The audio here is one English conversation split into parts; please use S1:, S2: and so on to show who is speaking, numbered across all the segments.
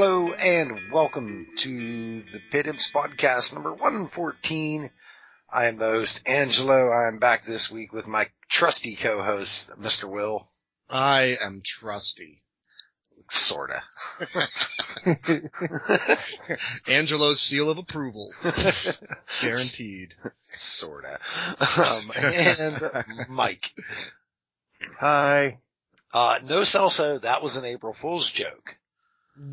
S1: and welcome to the Pit Imps podcast number 114. I am the host, Angelo. I am back this week with my trusty co-host, Mr. Will.
S2: I am trusty.
S1: Sorta.
S2: Angelo's seal of approval. Guaranteed.
S1: Sorta. Um, and Mike.
S3: Hi.
S1: Uh, no Celso, that was an April Fool's joke.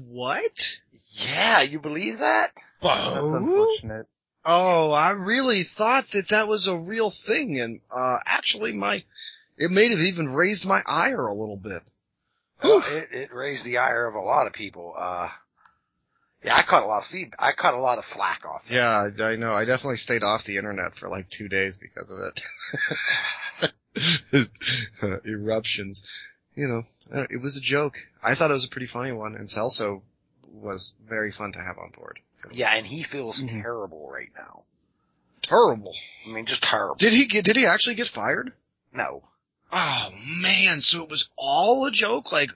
S2: What?
S1: Yeah, you believe that?
S3: That's unfortunate.
S2: Oh, I really thought that that was a real thing and, uh, actually my, it may have even raised my ire a little bit.
S1: Uh, it, it raised the ire of a lot of people. Uh, yeah, I caught a lot of feedback. I caught a lot of flack off. that.
S2: Yeah, I, I know. I definitely stayed off the internet for like two days because of it. Eruptions. You know, uh, it was a joke. I thought it was a pretty funny one, and Celso was very fun to have on board.
S1: Yeah, and he feels
S3: Mhm.
S1: terrible right now.
S2: Terrible.
S1: I mean, just terrible.
S2: Did he get? Did he actually get fired?
S1: No.
S2: Oh man! So it was all a joke, like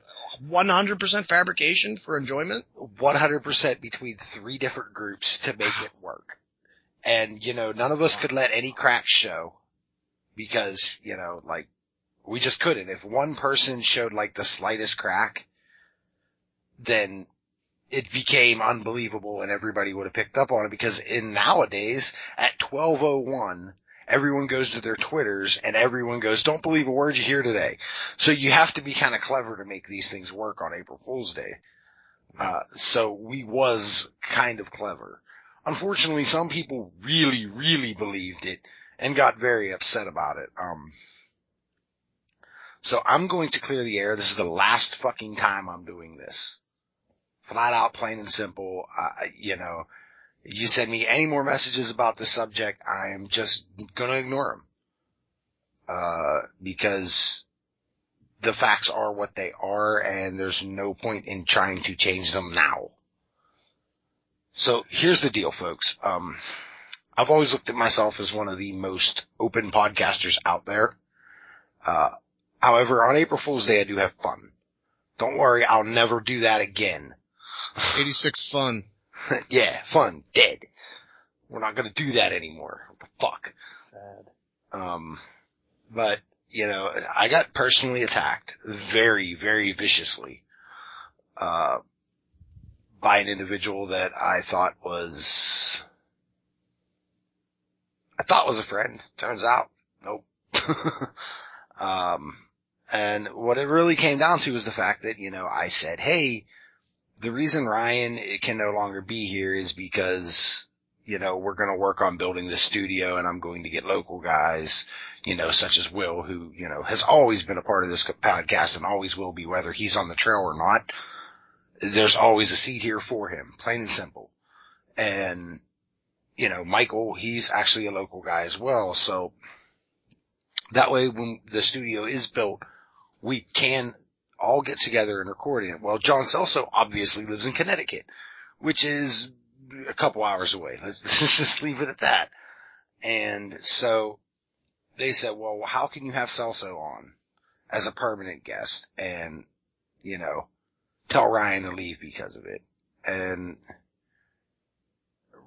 S2: 100% fabrication for enjoyment.
S1: 100% between three different groups to make it work. And, you know, none of us could let any crap show because, you know, like, we just couldn't. If one person showed like the slightest crack, then it became unbelievable and everybody would have picked up on it because in nowadays at 1201, everyone goes to their Twitters and everyone goes, don't believe a word you hear today. So you have to be kind of clever to make these things work on April Fool's Day. Uh, so we was kind of clever. Unfortunately, some people really, really believed it and got very upset about it. Um, so I'm going to clear the air. This is the last fucking time I'm doing this. Flat out, plain and simple. Uh, you know, you send me any more messages about the subject, I am just gonna ignore them. Uh, because the facts are what they are and there's no point in trying to change them now. So here's the deal folks. Um, I've always looked at myself as one of the most open podcasters out there. Uh, however, on April Fool's Day, I do have fun. Don't worry, I'll never do that again.
S2: 86 fun.
S1: yeah, fun, dead. We're not gonna do that anymore. What the fuck?
S3: Sad.
S1: Um, but you know, I got personally attacked very, very viciously, uh, by an individual that I thought was, I thought was a friend. Turns out, nope. um, and what it really came down to was the fact that, you know, I said, Hey, the reason Ryan can no longer be here is because you know, we're going to work on building this studio and I'm going to get local guys, you know, such as Will, who, you know, has always been a part of this podcast and always will be, whether he's on the trail or not. There's always a seat here for him, plain and simple. And, you know, Michael, he's actually a local guy as well. So that way when the studio is built, we can all get together and record in it. Well, John Celso obviously lives in Connecticut, which is a couple hours away. Let's, let's just leave it at that. And so they said, well, how can you have Celso on as a permanent guest and, you know, tell Ryan to leave because of it? And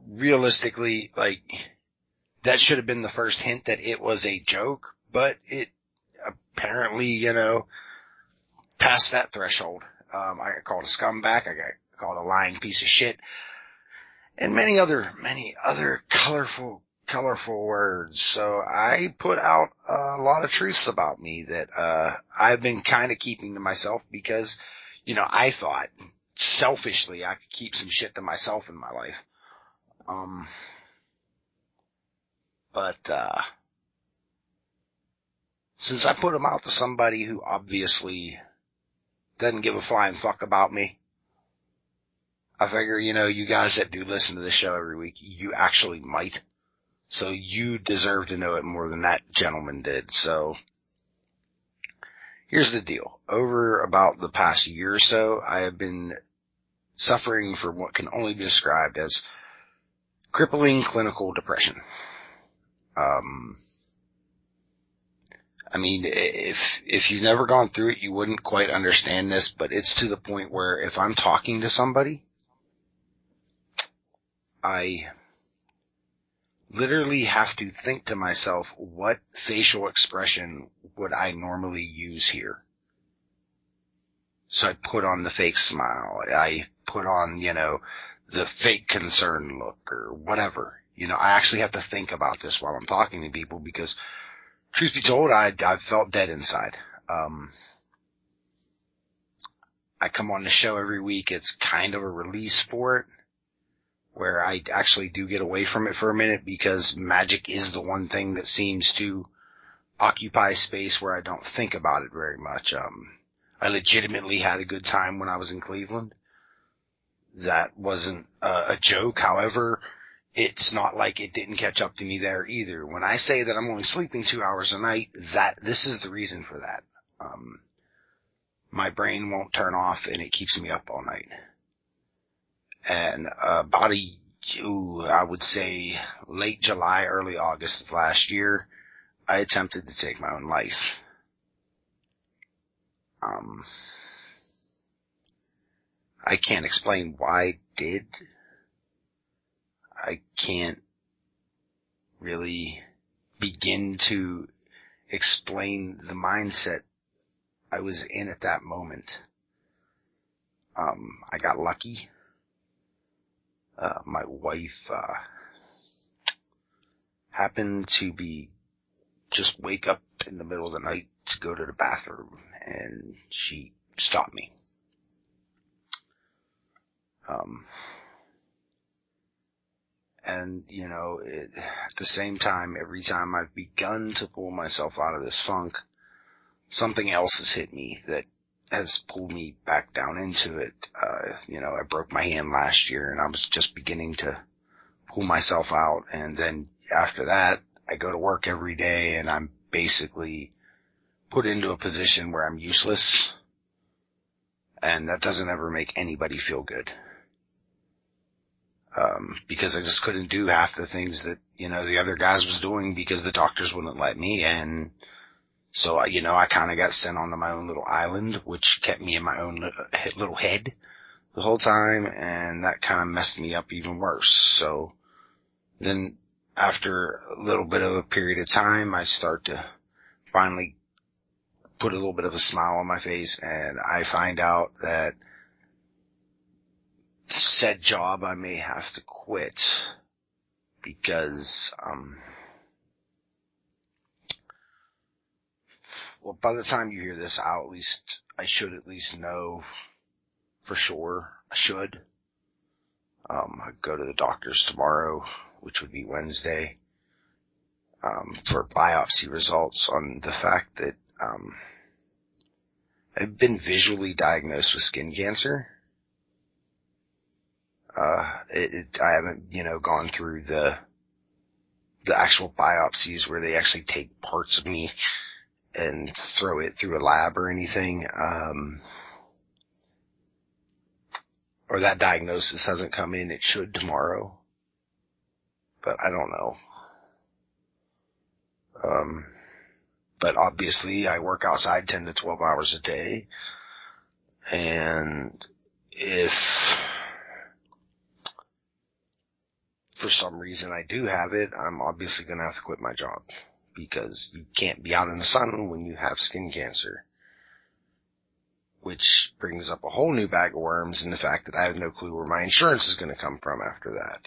S1: realistically, like that should have been the first hint that it was a joke, but it apparently, you know, passed that threshold. Um, I got called a scumbag. I got called a lying piece of shit and many other, many other colorful, colorful words. So I put out a lot of truths about me that, uh, I've been kind of keeping to myself because, you know, I thought selfishly I could keep some shit to myself in my life. Um, but, uh, since I put them out to somebody who obviously doesn't give a flying fuck about me, I figure, you know, you guys that do listen to the show every week, you actually might. So you deserve to know it more than that gentleman did. So here's the deal. Over about the past year or so, I have been suffering from what can only be described as crippling clinical depression. Um, I mean, i- if, if you've never gone through it, you wouldn't quite understand this, but it's to the point where if I'm talking to somebody, I literally have to think to myself, what facial expression would I normally use here? So I put on the fake smile. I put on, you know, the fake concern look or whatever. You know, I actually have to think about this while I'm talking to people because truth be told, I, I felt dead inside. Um, I come on the show every week. It's kind of a release for it where I actually do get away from it for a minute because magic is the one thing that seems to occupy space where I don't think about it very much. Um, I legitimately had a good time when I was in Cleveland. That wasn't uh, a joke. However, it's not like it didn't catch up to me there either. When I say that I'm only sleeping two hours a night, that this is the reason for that. Um, my brain won't turn off and it keeps me up all night and uh, about a, ooh, I would say late July, early August of last year, I attempted to take my own life. Um, I can't explain why I did. I can't really begin to explain the mindset I was in at that moment. Um, I got lucky uh, my wife, uh, happened to be just wake up in the middle of the night to go to the bathroom and she stopped me. Um, and you know, it, at the same time, every time I've begun to pull myself out of this funk, something else has hit me that has pulled me back down into it. Uh, you know, I broke my hand last year and I was just beginning to pull myself out. And then after that, I go to work every day and I'm basically put into a position where I'm useless. And that doesn't ever make anybody feel good. Um, because I just couldn't do half the things that, you know, the other guys was doing because the doctors wouldn't let me and, so, I- you know, I kind of got sent onto my own little island, which kept me in my own li- he- little head the whole time, and that kind of messed me up even worse. So then after a little bit of a period of time, I start to finally put a little bit of a smile on my face, and I find out that said job I may have to quit because, um, well, by the time you hear this, I'll at least, I should at least know for sure. I should. Um, I go to the doctor's tomorrow, which would be Wednesday, um, for biopsy results on the fact that, um, I've been visually diagnosed with skin cancer. Uh, it, it, I haven't, you know, gone through the, the actual biopsies where they actually take parts of me and throw it through a lab or anything. Um, or that diagnosis hasn't come in. It should tomorrow, but I don't know. Um, but obviously I work outside 10 to 12 hours a day and if for some reason I do have it, I'm obviously going to have to quit my job because you can't be out in the sun when you have skin cancer. Which brings up a whole new bag of worms and the fact that I have no clue where my insurance is going to come from after that.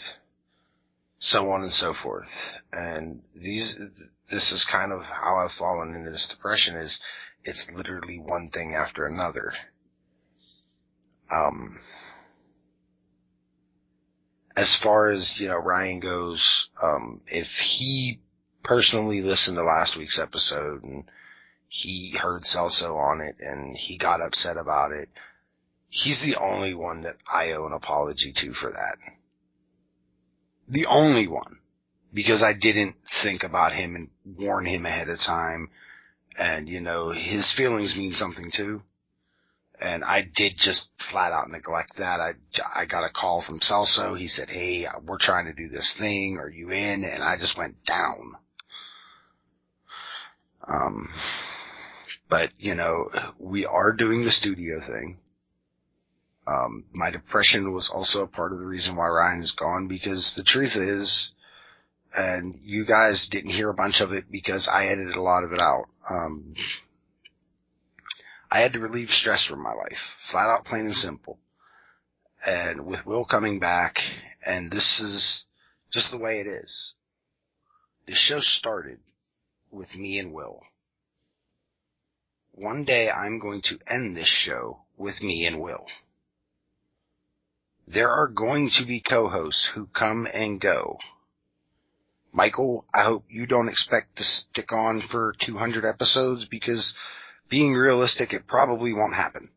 S1: So on and so forth. And these, this is kind of how I've fallen into this depression is it's literally one thing after another. Um, as far as, you know, Ryan goes, um, if he personally listened to last week's episode and he heard Celso on it and he got upset about it. He's the only one that I owe an apology to for that. The only one. Because I didn't think about him and warn him ahead of time. And you know, his feelings mean something too. And I did just flat out neglect that. I, I got a call from Celso. He said, Hey, we're trying to do this thing. Are you in? And I just went down. Um, but you know, we are doing the studio thing. Um, my depression was also a part of the reason why Ryan is gone because the truth is, and you guys didn't hear a bunch of it because I edited a lot of it out. Um, I had to relieve stress from my life, flat out, plain and simple. And with Will coming back, and this is just the way it is. The show started with me and Will. One day I'm going to end this show with me and Will. There are going to be co-hosts who come and go. Michael, I hope you don't expect to stick on for 200 episodes because being realistic, it probably won't happen.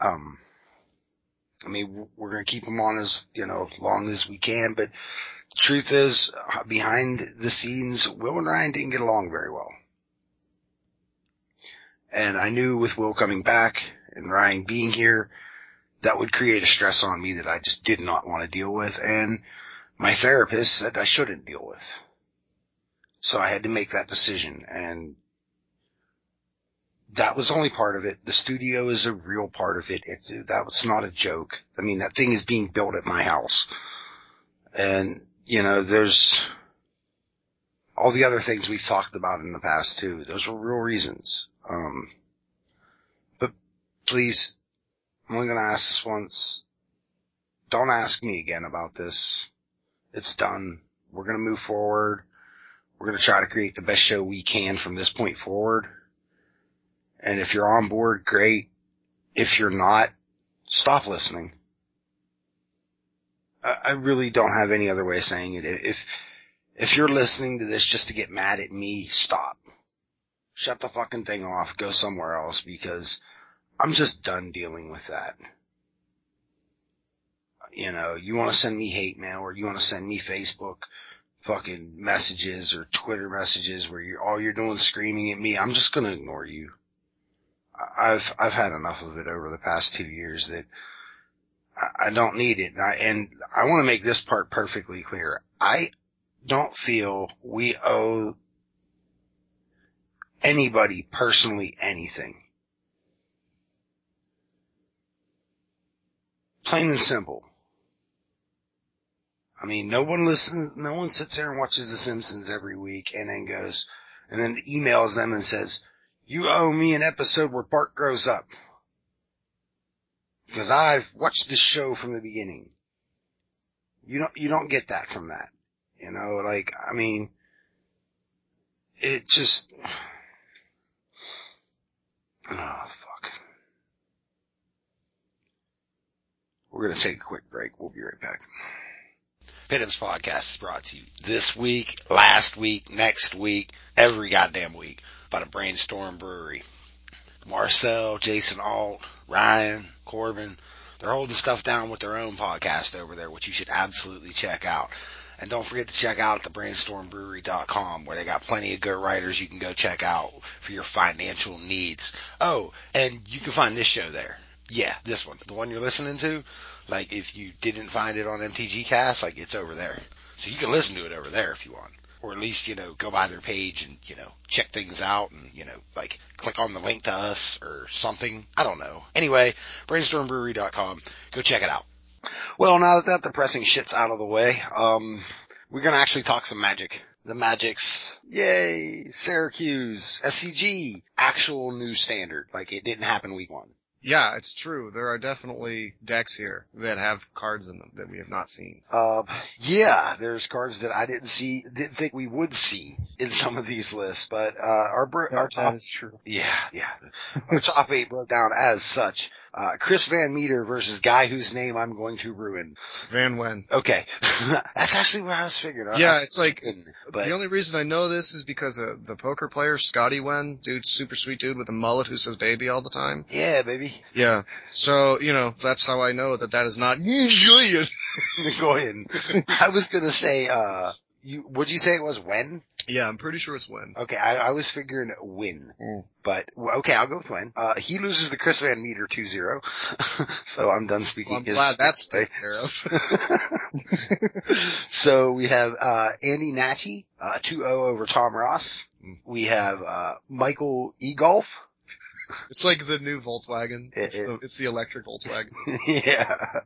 S1: Um, I mean, we're going to keep them on as, you know, as long as we can, but truth is, uh, behind the scenes, Will and Ryan didn't get along very well. And I knew with Will coming back and Ryan being here, that would create a stress on me that I just did not want to deal with. And my therapist said I shouldn't deal with. So I had to make that decision and that was only part of it. The studio is a real part of it. it that was not a joke. I mean, that thing is being built at my house and you know, there's all the other things we've talked about in the past too. Those were real reasons. Um, but please, I'm only going to ask this once. Don't ask me again about this. It's done. We're going to move forward. We're going to try to create the best show we can from this point forward. And if you're on board, great. If you're not, stop listening. I I really don't have any other way of saying it. If if you're listening to this just to get mad at me, stop. Shut the fucking thing off. Go somewhere else because I'm just done dealing with that. You know, you want to send me hate mail or you want to send me Facebook fucking messages or Twitter messages where you're all you're doing is screaming at me. I'm just going to ignore you. I- I've I've had enough of it over the past 2 years that I I don't need it. And I, and I want to make this part perfectly clear. I don't feel we owe anybody personally anything. Plain and simple. I mean, no one listens, no one sits there and watches The Simpsons every week and then goes, and then emails them and says, you owe me an episode where Bart grows up because I've watched this show from the beginning. You don't, you don't get that from that. You know, like, I mean, it just, oh fuck. We're gonna take a quick break. We'll be right back. Pittums Podcast is brought to you this week, last week, next week, every goddamn week by the Brainstorm Brewery. Marcel, Jason Alt, Ryan, Corbin, they're holding stuff down with their own podcast over there, which you should absolutely check out. And don't forget to check out the brainstormbrewery.com where they got plenty of good writers you can go check out for your financial needs. Oh, and you can find this show there. Yeah, this one. The one you're listening to. Like if you didn't find it on MTG Cast, like it's over there. So you can listen to it over there if you want or at least you know go by their page and you know check things out and you know like click on the link to us or something i don't know anyway brainstormbrewery.com go check it out well now that that depressing shit's out of the way um we're gonna actually talk some magic the magics yay syracuse scg actual new standard like it didn't happen week one
S2: Yeah, it's true. There are definitely decks here that have cards in them that we have not seen.
S1: Um, yeah, there's cards that I didn't see, didn't think we would see in some of these lists, but, uh, our, br-
S3: That-
S1: our
S3: that
S1: top
S3: is true.
S1: Yeah, yeah. Our top eight broke down as such. Uh, Chris Van Meter versus guy whose name I'm going to ruin.
S2: Van Wen.
S1: Okay. That's actually where I was figuring.
S2: Yeah, it's like
S1: But,
S2: the only reason I know this is because uh, the poker player Scotty Wen, dude, super sweet dude with a mullet who says baby all the time.
S1: yeah, baby.
S2: Yeah. So you know that's how I know that that is not Julian.
S1: Go ahead. I was gonna say, uh, you, would you say it was when?
S2: Yeah, I'm pretty sure it's Wen.
S1: Okay, I, I was figuring when,
S2: Mm.
S1: but well, okay, I'll go with when. Uh, he loses the Chris Van Meter 2-0, so I'm done speaking
S2: Well, I'm
S1: his
S2: glad that's taken care of.
S1: so we have uh Andy Natchi, oh uh 2-0 over Tom Ross. We have uh Michael Egolf
S2: It's like the new Volkswagen.
S1: It-
S2: it's, the, it's the electric Volkswagen.
S1: yeah.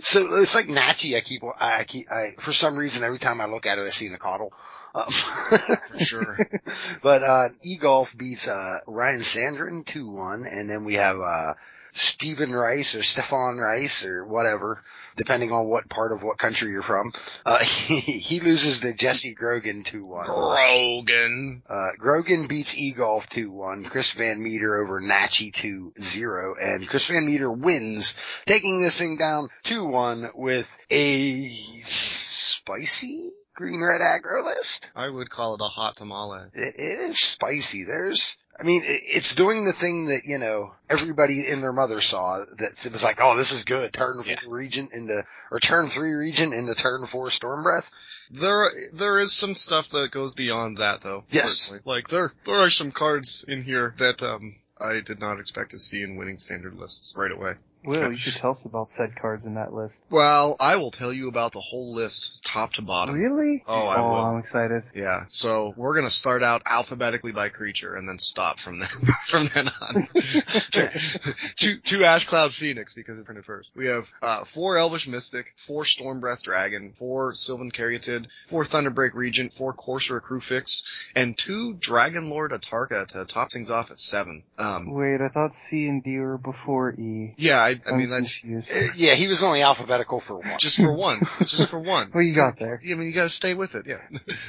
S1: So it's like Nachi. I keep, I keep, I, for some reason, every time I look at it, I see the coddle. Um,
S2: sure.
S1: but, uh, E-Golf beats, uh, Ryan Sandrin 2-1, and then we have, uh, Stephen Rice or Stefan Rice or whatever, depending on what part of what country you're from. Uh, he, he loses to Jesse Grogan 2-1.
S2: Grogan.
S1: Uh, Grogan beats E-Golf 2-1, Chris Van Meter over Natchi 2-0, and Chris Van Meter wins, taking this thing down 2-1 with a spicy green red aggro list.
S2: I would call it a hot tamale.
S1: It, it is spicy. There's, I mean, it, it's doing the thing that, you know, everybody and their mother saw that it was like, oh, this is good. Turn
S2: Yeah.
S1: four region into, or turn three region into turn four storm breath.
S2: There, there is some stuff that goes beyond that, though.
S1: Yes.
S2: personally. Like there, there are some cards in here that um I did not expect to see in winning standard lists right away.
S3: Will, you should tell us about said cards in that list.
S2: Well, I will tell you about the whole list, top to bottom.
S3: Really?
S2: Oh, I will.
S3: I'm excited.
S2: Yeah, so we're gonna start out alphabetically by creature and then stop from then from then on. to to Ash Cloud Phoenix because it printed first. We have uh, four Elvish Mystic, four Storm Breath Dragon, four Sylvan Caryatid, four Thunderbreak Regent, four Corsair Crewfix, and two Dragon Lord Atarka to top things off at seven. Um,
S3: Wait, I thought C and D were before E.
S2: yeah, I, I
S3: I'm
S2: mean that's
S3: confused.
S1: Uh, yeah, he was only alphabetical for one.
S2: just for one, just for one.
S3: Well, you got there.
S2: Yeah, I mean, you gotta stay with it, yeah.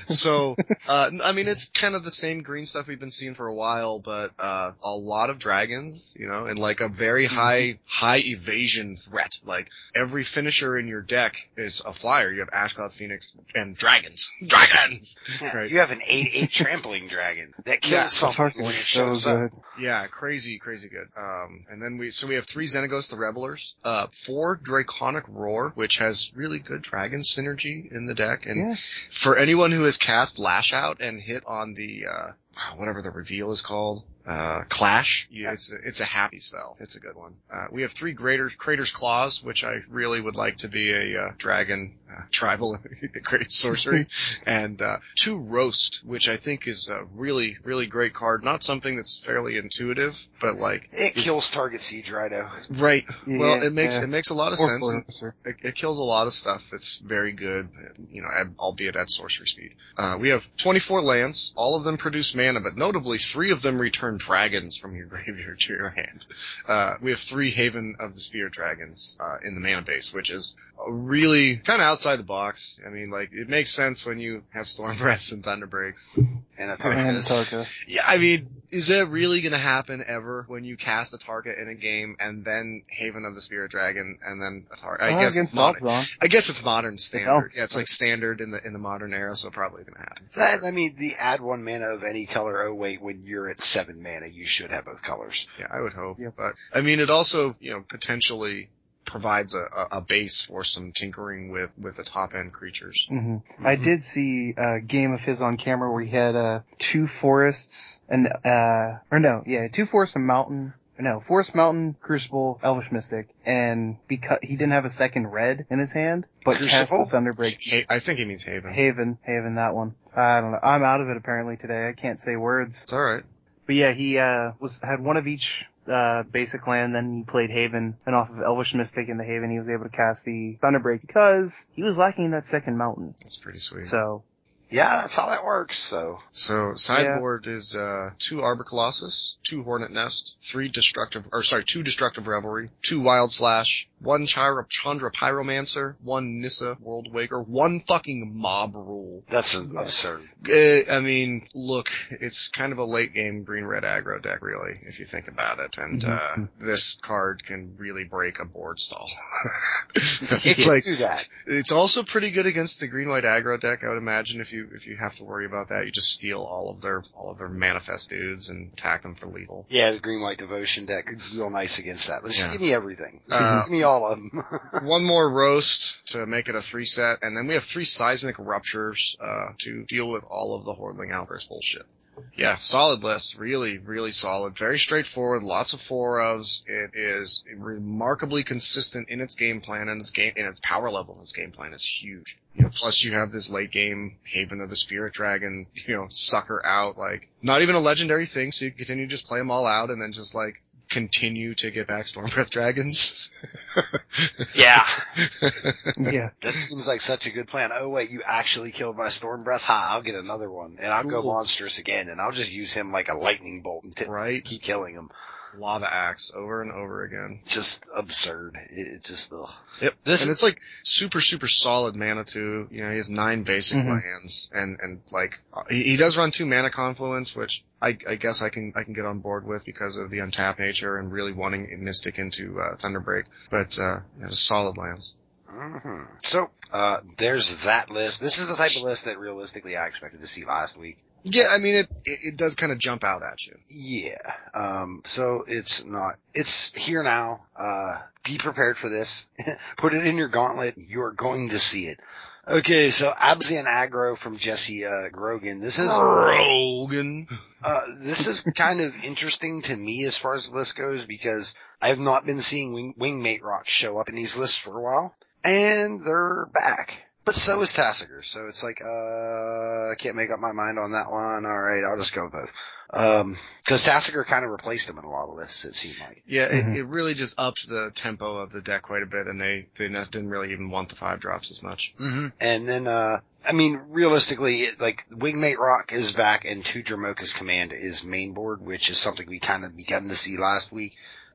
S2: so, uh, I mean, it's kind of the same green stuff we've been seeing for a while, but, uh, a lot of dragons, you know, and like a very high, high evasion threat. Like, every finisher in your deck is a flyer. You have Ash Cloud Phoenix and dragons. Dragons!
S1: Yeah,
S2: Right.
S1: You have an 8-8 trampling dragon that kills
S2: Yeah,
S1: something
S3: Tarkin
S1: when it
S3: was so
S1: shows up.
S3: good.
S2: Yeah, crazy, crazy good. Um, and then we, so we have three Xenagos the Revelers, uh, four Draconic Roar, which has really good dragon synergy in the deck, and
S3: Yeah.
S2: for anyone who has cast Lash Out and hit on the uh whatever the reveal is called, uh Clash, you, it's a, it's a happy spell. It's a good one. Uh we have three greater Crater's Claws, which I really would like to be a uh, dragon uh, tribal great sorcery, and uh two Roast, which I think is a really really great card. Not something that's fairly intuitive, but like
S1: It kills target Siege Rido.
S2: right.
S3: Yeah,
S2: well, it makes
S3: yeah.
S2: it makes a lot of
S3: Or
S2: sense.
S3: Forcer.
S2: It, it kills a lot of stuff that's very good, you know, at, albeit at sorcery speed. Uh, we have 24 lands. All of them produce mana, but notably three of them return dragons from your graveyard to your hand. Uh, we have three Haven of the Spear dragons uh, in the mana base, which is really kind of outside the box. I mean, like, it makes sense when you have Storm Breaths and Thunder Breaks.
S1: And a
S3: And
S1: Tarkus.
S3: Tarka.
S2: Yeah, I mean, is that really going to happen ever when you cast a Target in a game and then Haven of the Spirit Dragon and then a Target?
S3: Oh,
S2: I guess
S3: against
S2: it's not-
S3: Opron.
S2: I guess it's modern standard.
S3: Elf.
S2: Yeah, it's like standard in the in the modern era, so probably gonna happen.
S1: That, I mean, the add one mana of any color. Oh wait, when you're at seven mana, you should have both colors.
S2: Yeah, I would hope.
S3: Yeah.
S2: But I mean, it also you know potentially provides a, a, a base for some tinkering with with the top end creatures.
S3: hmm I did see a game of his on camera where he had uh, two forests and uh, or no, yeah, two forests and mountain. No, Forest Mountain, Crucible, Elvish Mystic, and because he didn't have a second red in his hand, but cast the
S1: Crucible?
S3: Thunderbreak
S2: Ha- I think he means haven.
S3: Haven, Haven, that one. I don't know. I'm out of it apparently today. I can't say words.
S2: It's all right.
S3: But yeah, he uh, was had one of each uh, basic land. Then he played Haven, and off of Elvish Mystic in the Haven, he was able to cast the Thunderbreak because he was lacking that second mountain.
S2: That's pretty sweet. So,
S3: So
S1: Yeah, that's how that works. So
S2: sideboard is uh two arbor colossus, two hornet nest, three destructive or sorry, two destructive revelry, two wild slash, one Chira, Chandra pyromancer, one Nissa world waker, one fucking mob rule.
S1: that's a-
S3: yes.
S1: absurd.
S2: Uh, I mean, look, it's kind of a late game green red aggro deck, really, if you think about it. And
S3: Mhm.
S2: uh, this card can really break a board stall.
S1: It
S2: it's
S1: can
S2: like
S1: do that.
S2: it's also pretty good against the green white aggro deck. I would imagine if you if you have to worry about that, you just steal all of their all of their manifest dudes and attack them for lethal.
S1: Yeah, the green white devotion deck would be real nice against that. Just
S2: Yeah.
S1: give me everything.
S2: Uh,
S1: give me all of them.
S2: one more roast to make it a three set, and then we have three seismic ruptures uh, to deal with all of the Hordling Alvarez bullshit. Yeah, solid list. Really, really solid. Very straightforward. Lots of four ofs. It is remarkably consistent in its game plan and its game and its power level in its game plan is huge. You know, plus you have this late game Haven of the Spirit Dragon, you know, sucker out. Like not even a legendary thing, so you continue to just play them all out and then just like continue to get back Storm Breath Dragons.
S1: Yeah.
S3: Yeah.
S1: That seems like such a good plan. Oh wait, you actually killed my storm breath. Ha, I'll get another one and I'll go
S2: Cool.
S1: monstrous again and I'll just use him like a lightning bolt and t-
S2: right?
S1: keep killing him.
S2: Lava axe over and over again.
S1: Just absurd. It, it just, ugh.
S2: Yep.
S1: This
S2: and
S1: is-
S2: it's like super, super solid mana too. You know, he has nine basic
S1: Mm-hmm.
S3: Mhm.
S2: lands and, and like, uh, he, he does run two mana confluence, which I, I guess I can, I can get on board with because of the untapped nature and really wanting Mystic into, uh, Thunderbreak. But, uh, yeah, just solid lands.
S1: hmm So, uh, there's that list. This is the type of list that realistically I expected to see last week.
S2: Yeah, I mean, it, it, it does kind of jump out at you.
S1: Yeah. Um, so it's not, it's here now. Uh, be prepared for this. Put it in your gauntlet. You're going to see it. Okay. So Abzan aggro from Jesse, uh, Grogan. This is,
S2: Rogan.
S1: uh, this is kind of interesting to me as far as the list goes because I have not been seeing wing, wingmate rocks show up in these lists for a while and they're back. But so is Tassiger. So it's like, uh, I can't make up my mind on that one. All right. I'll just go with both. Um, cause Tassiger kind of replaced him in a lot of lists, it seemed like.
S2: Yeah,
S3: Mhm.
S2: it, it really just upped the tempo of the deck quite a bit and they, they not- didn't really even want the five drops as much.
S1: Mm-hmm. And then, uh, I mean, realistically, it, like, Wingmate Rock is back and two Dramoka's Command is mainboard, which is something we kind of begun to see last week.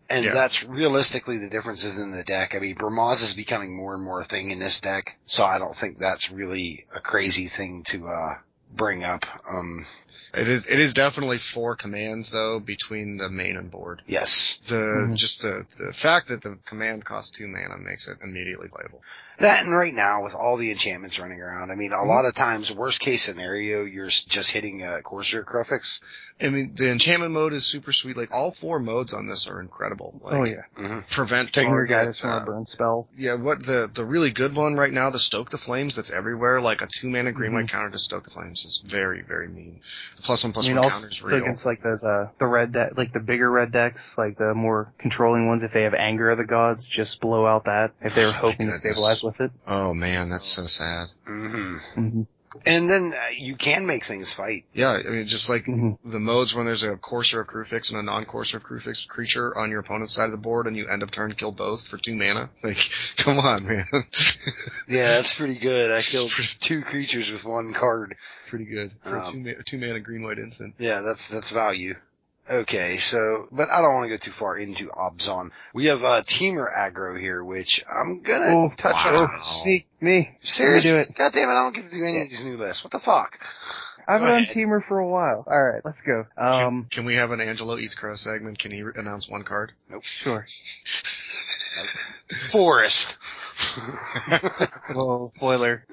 S1: And
S2: Yeah.
S1: that's realistically the differences in the deck. I mean, Brahmaz is becoming more and more a thing in this deck, so I don't think that's really a crazy thing to, uh, bring up. Um,
S2: It is, it is definitely four commands though between the main and board.
S1: yes.
S2: The
S3: Mhm.
S2: just the the fact that the command costs two mana makes it immediately playable.
S1: That and right now with all the enchantments running around, I mean, a lot of times, worst case scenario, you're s- just hitting a Corsair Crufix.
S2: I mean, the enchantment mode is super sweet. Like all four modes on this are incredible. Like,
S3: oh yeah.
S1: Mm-hmm.
S2: prevent
S3: Taking your
S2: target,
S3: guidance from a
S2: uh,
S3: burn spell.
S2: Yeah, what the the really good one right now, the Stoke the Flames, that's everywhere. Like a two mana green white counter to Stoke the Flames is very very mean. The plus one plus
S3: Mm-hmm. I mean,
S2: one
S3: also
S2: counter is real.
S3: against like those uh the red deck, like the bigger red decks, like the more controlling ones. If they have anger of the gods, just blow out that. If they were hoping to
S2: Goodness.
S3: stabilize with it.
S2: Oh man, that's so sad.
S1: Mm-hmm.
S3: Mm-hmm.
S1: And then uh, you can make things fight.
S2: Yeah, I mean, just like
S3: hmm
S2: the modes when there's a courser of Crufix and a non-courser of Crufix creature on your opponent's side of the board and you end up turn kill both for two mana. Like, come on, man.
S1: Yeah, that's pretty good. I killed
S2: pretty-
S1: two creatures with one card.
S2: Pretty good. For a
S1: Um,
S2: two, ma- two mana green white instant.
S1: Yeah, that's, that's value. Okay, so, but I don't want to go too far into Obzon. We have, uh, Teamer aggro here, which I'm gonna
S3: Oh,
S1: touch
S2: wow.
S1: on.
S2: Oh.
S3: Me, me.
S1: Seriously?
S3: do it.
S1: God damn it, I don't get to do any of these new lists. What the fuck?
S3: I've
S2: Go
S3: been on
S2: ahead.
S3: Teamer for a while. All right, let's go. Um,
S2: Can we have an Angelo eats crow segment? Can he re- announce one card?
S3: sure.
S1: Forest.
S3: Well, spoiler.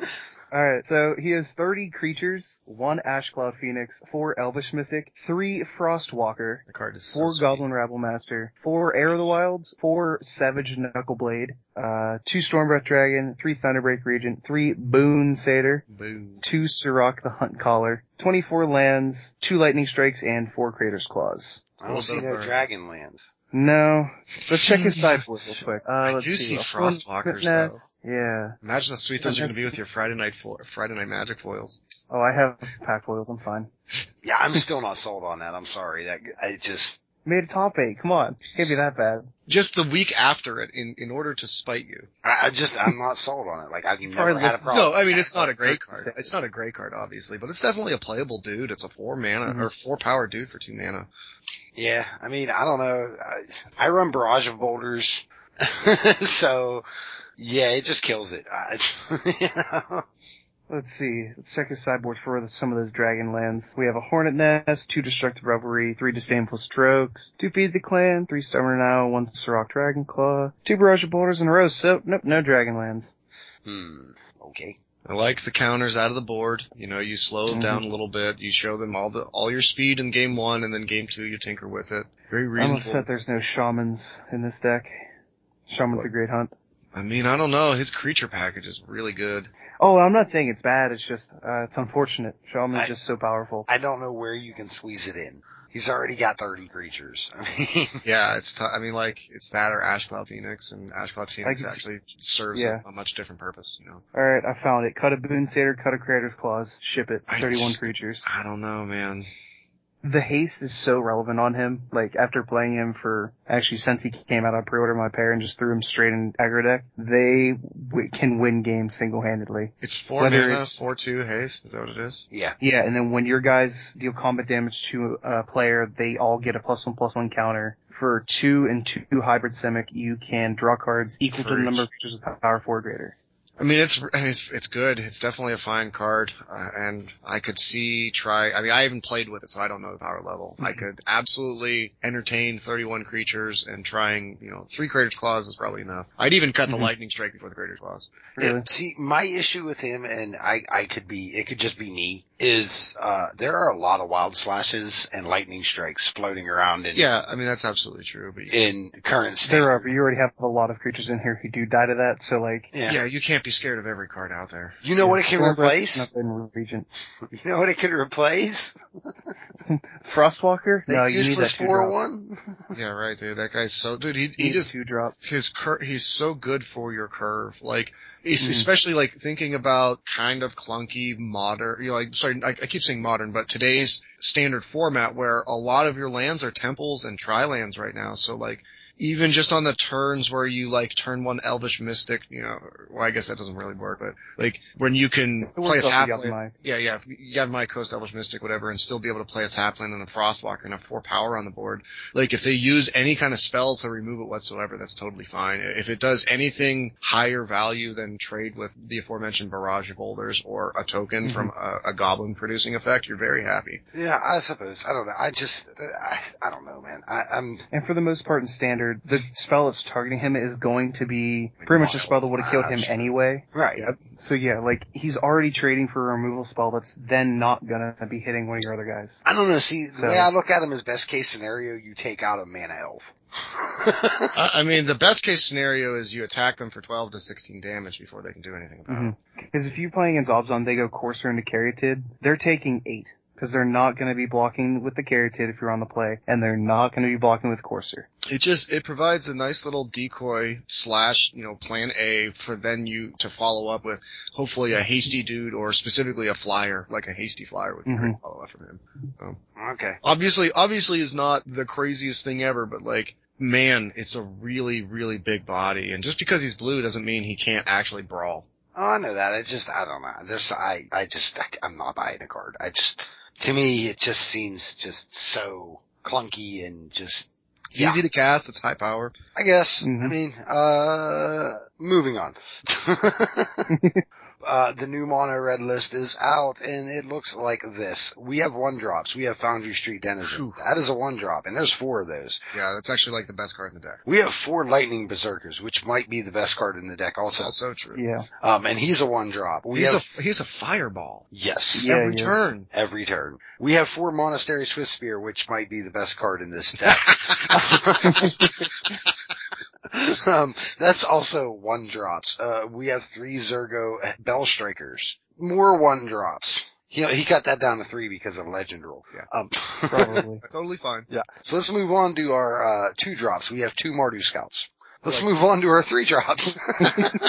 S3: All right, so he has 30 creatures, one Ash Cloud Phoenix, four Elvish Mystic, three Frost Walker,
S2: The card is so
S3: four
S2: sweet.
S3: Goblin Rabble Master, four Heir of the Wilds, four Savage Knuckleblade, uh, two Stormbreath Dragon, three Thunderbreak Regent, three Boon Satyr,
S2: Boom.
S3: two Sirach the Hunt Caller, 24 lands, two Lightning Strikes, and four Crater's Claws.
S1: I don't see no dragon lands.
S3: No. Let's check his sideboard real quick. Uh,
S2: I
S3: let's
S2: do see
S3: what-
S2: Frostwalkers,
S3: Nest, Yeah.
S2: Imagine how sweet those are going to be with your Friday night fo- Friday night magic foils.
S3: Oh, I have pack foils. I'm fine.
S1: Yeah, I'm still not sold on that. I'm sorry. That I just
S3: Made a top eight. Come on. Can't be that bad.
S2: Just the week after it, in in order to spite you.
S1: I, I just I'm not sold on it. Like I've never had
S3: probably
S1: a
S3: listen-
S1: problem.
S2: No, I mean it's not a great
S3: Perfect.
S2: card. It's not a great card, obviously, but it's definitely a playable dude. It's a four mana
S3: Mhm.
S2: or four power dude for two mana.
S1: Yeah, I mean I don't know. I, I run barrage of boulders, so yeah, it just kills it. I, you know?
S3: Let's see. Let's check his sideboard for the, some of those dragon lands. We have a Hornet Nest, two Destructive Revelry, three Disdainful Strokes, two Feed the Clan, three Stubborn Owl, one Sirach Dragon Claw, two Barrage of Boulders in a row. So, nope, no dragon lands.
S1: Hmm. Okay.
S2: I like the counters out of the board. You know, you slow them
S3: Mhm.
S2: down a little bit. You show them all the all your speed in game one, and then game two you tinker with it. Very
S3: I'm
S2: reasonable.
S3: upset there's no shamans in this deck. Shaman
S2: What?
S3: the Great Hunt.
S2: I mean, I don't know. His creature package is really good.
S3: Oh, I'm not saying it's bad. It's just uh, it's unfortunate. Shaman
S1: I-
S3: is just so powerful.
S1: I don't know where you can squeeze it in. He's already got 30 creatures. I mean,
S2: Yeah, it's. T- I mean, like it's that or Ash Cloud Phoenix, and Ash Cloud Phoenix
S3: Like, it's-
S2: actually serves
S3: yeah.
S2: a, a much different purpose. You know,
S3: All right, I found it. Cut a boon satyr, cut a creator's claws, ship it.
S2: I
S3: Thirty-one
S2: just-
S3: creatures.
S2: I don't know, man.
S3: The haste is so relevant on him. Like after playing him for actually since he came out, I pre-ordered my pair and just threw him straight in aggro deck. They w- can win games single-handedly.
S2: It's four
S3: Whether
S2: mana,
S3: it's-
S2: four two haste. Is that what it is?
S1: yeah.
S3: Yeah, and then when your guys deal combat damage to a player, they all get a plus one plus one counter. For two and two hybrid simic, you can draw cards equal to the
S2: Preach.
S3: number of creatures with power four or greater.
S2: I mean, it's I mean, it's it's good. It's definitely a fine card, uh, and I could see try. I mean, I haven't played with it, so I don't know the power level. I could absolutely entertain 31 creatures and trying, you know, three creators claws is probably enough. I'd even cut
S3: Mhm.
S2: the lightning strike before the creators claws.
S3: Really?
S1: It- see, my issue with him, and I, I could be, it could just be me, is, uh, there are a lot of wild slashes and lightning strikes floating around in,
S2: Yeah, I mean that's absolutely true. But
S1: in current state.
S3: There are, but you already have a lot of creatures in here who do die to that, so like,
S1: Yeah.
S2: yeah, you can't be scared of every card out there.
S1: You know what it can
S3: Stormbreath,
S1: replace?
S3: nothing, Regent.
S1: You know what it could replace?
S3: Frostwalker?
S1: That
S3: no, you need that
S1: useless oh
S3: two
S1: 4
S3: drop.
S1: 1?
S2: Yeah, right, dude. That guy's so dude. He
S3: You
S2: he
S3: need a
S2: just
S3: two drop.
S2: his cur- he's so good for your curve. Like es-
S3: Mhm.
S2: especially like thinking about kind of clunky modern. You know, like sorry, I, I keep saying modern, but today's standard format where a lot of your lands are temples and tri lands right now. So like. Even just on the turns where you like turn one Elvish Mystic, you know, well I guess that doesn't really work, but like when you can
S3: It
S2: play a
S3: works off
S2: tap
S3: the
S2: land-
S3: Yavimai.
S2: yeah, yeah. If you have my Coast Elvish Mystic, whatever, and still be able to play a Tapland and a Frostwalker and have four power on the board. Like, if they use any kind of spell to remove it whatsoever, that's totally fine. If it does anything higher value than trade with the aforementioned Barrage of Boulders or a token
S3: Mhm.
S2: from a, a Goblin producing effect, you're very happy.
S1: Yeah, I suppose. I don't know. I just, I, I don't know, man. I, I'm,
S3: And for the most part in standard, the spell that's targeting him is going to be pretty much the spell that would have killed him
S1: Wild.
S3: anyway.
S1: right.
S3: So yeah, like he's already trading for a removal spell that's then not gonna be hitting one of your other guys.
S1: I don't know. See, the
S3: So-
S1: way I look at him is best case scenario, you take out a mana elf.
S2: I, I mean, the best case scenario is you attack them for 12 to 16 damage before they can do anything about it.
S3: Because if you're playing in Zobzon, they go Courser into Caryatid, they're taking eight. Because they're not gonna be blocking with the Caryatid if you're on the play, and they're not gonna be blocking with Courser.
S2: It just it provides a nice little decoy slash you know plan A for then you to follow up with hopefully a hasty dude or specifically a flyer like a hasty flyer would be great
S3: Mhm.
S2: to follow up from him.
S1: okay.
S2: Obviously, obviously is not the craziest thing ever, but like man, it's a really really big body, and just because he's blue doesn't mean he can't actually brawl.
S1: Oh, I know that. I just, I don't know. There's, I, I just, I, I'm not buying a card. I just, to me, it just seems just so clunky and just,
S2: It's
S1: yeah,
S2: easy to cast. It's high power.
S1: I guess. I
S3: Mhm.
S1: mean, uh, moving on. uh, the new mono red list is out and it looks like this. We have one drops. We have Foundry Street Denizen.
S2: Phew.
S1: That is a one drop and there's four of those.
S2: Yeah, that's actually like the best card in the deck.
S1: We have four Lightning Berserkers, which might be the best card in the deck
S2: That's
S1: also.
S2: also true.
S3: Yeah.
S1: Um, and he's a one drop. We
S2: He's
S1: have,
S2: a he's a fireball
S1: yes.
S3: Yeah,
S2: every
S3: he is.
S2: turn.
S1: every turn. We have four Monastery Swift Spear, which might be the best card in this deck. um, that's also one drops. Uh, we have three Zergo Bell Strikers. More one drops. He, he cut that down to three because of Legend Rule.
S2: Yeah.
S1: Um,
S3: Probably.
S2: Totally fine.
S1: yeah. So let's move on to our, uh, two drops. We have two Mardu Scouts. Let's
S2: Right.
S1: move on to our three drops.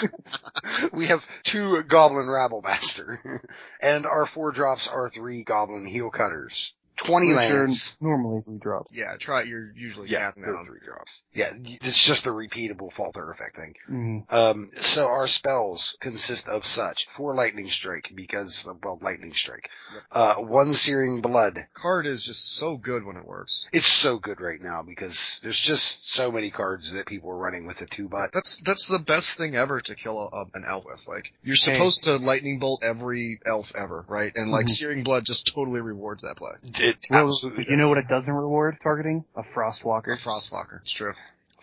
S1: we have two Goblin Rabble Master. and our four drops are three Goblin Heel Cutters. 20
S3: Which are
S1: lands.
S3: normally three drops.
S2: Yeah, try. it. You're usually
S1: Yeah,
S2: capping that
S1: they're
S2: on
S1: three drops. Yeah, it's just the repeatable falter effect thing.
S3: Mm.
S1: Um, so our spells consist of such four lightning strike because well, lightning strike,
S2: Yep.
S1: uh, one searing blood.
S2: card is just so good when it works.
S1: It's so good right now because there's just so many cards that people are running with the two butt.
S2: That's that's the best thing ever to kill a, a, an elf with. Like you're
S3: Hey.
S2: supposed to lightning bolt every elf ever, right? And like
S1: Mm-hmm.
S3: Mhm.
S2: searing blood just totally rewards that play.
S1: It
S3: Well,
S1: absolutely.
S3: you know what it doesn't reward targeting? A Frostwalker.
S2: A frostwalker. It's true.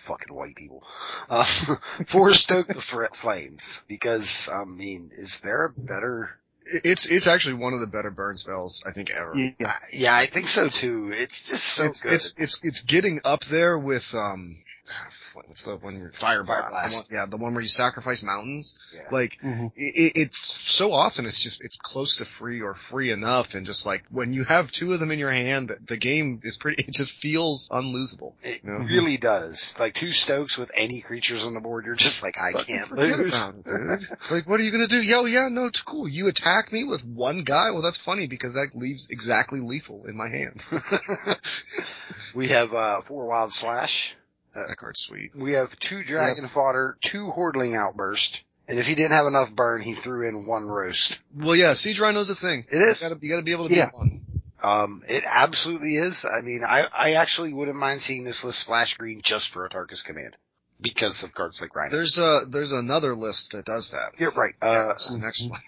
S1: Fucking white people. Uh, four stoke the fr- flames because I mean, is there a better?
S2: I- It's it's actually one of the better burn spells I think ever.
S3: Yeah.
S1: Yeah, I think so too. It's just so
S2: it's,
S1: good.
S2: it's it's it's getting up there with um what- what's the one? where- Fire
S1: Fire
S2: Blast.
S1: Blast.
S2: The one- yeah, the one where you sacrifice mountains.
S1: Yeah.
S2: Like
S3: hmm
S2: it, it's so awesome. It's just it's close to free or free enough, and just like when you have two of them in your hand, the- the game is pretty. It just feels unlosable.
S1: It
S2: No.
S1: really does. Like two Stokes with any creatures on the board, you're just like, I
S2: Fucking
S1: can't
S2: forget
S1: lose.
S2: about it, dude. like, what are you gonna do? Yo, yeah, no, it's cool. You attack me with one guy? Well, that's funny because that leaves exactly lethal in my hand.
S1: We have uh four wild slash.
S2: that card's sweet.
S1: We have two dragon fodder, two hordling outburst, and if he didn't have enough burn, he threw in one roast.
S2: Well, yeah, siege rhino's a thing.
S1: It is.
S2: You gotta, you gotta be able to
S3: Yeah.
S2: be one.
S1: Um, it absolutely is. I mean, I I actually wouldn't mind seeing this list splash green just for Otarka's command because of cards like Rhino.
S2: There's a there's another list that does that.
S1: You're right.
S2: Yeah,
S1: Uh,
S2: that's the next one.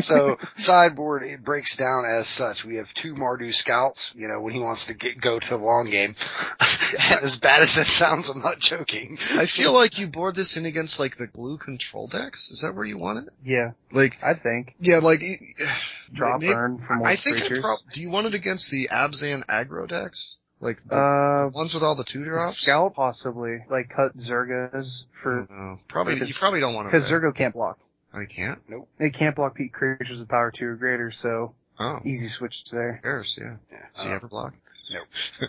S1: so sideboard it breaks down as such. We have two Mardu scouts. You know when he wants to get, go to the long game. and as bad as that sounds, I'm not joking.
S2: I feel like you board this in against like the blue control decks. Is that where you want it?
S3: Yeah,
S2: Like,
S3: I think
S2: yeah, like y-
S3: draw
S2: may-
S3: burn from
S2: I think I
S3: creatures.
S2: prob- do you want it against the Abzan aggro decks? Like the
S3: uh,
S2: ones with all the two
S3: the
S2: drops?
S3: scout possibly like cut Zergas for
S2: No, probably you
S3: Because-
S2: probably don't want to.
S3: because Zergo can't block.
S2: I can't.
S3: It can't block peak creatures with power two or greater, so
S2: Oh, who
S3: easy switch there.
S2: cares? Yeah.
S1: Yeah.
S2: Does he
S1: Uh,
S2: ever block?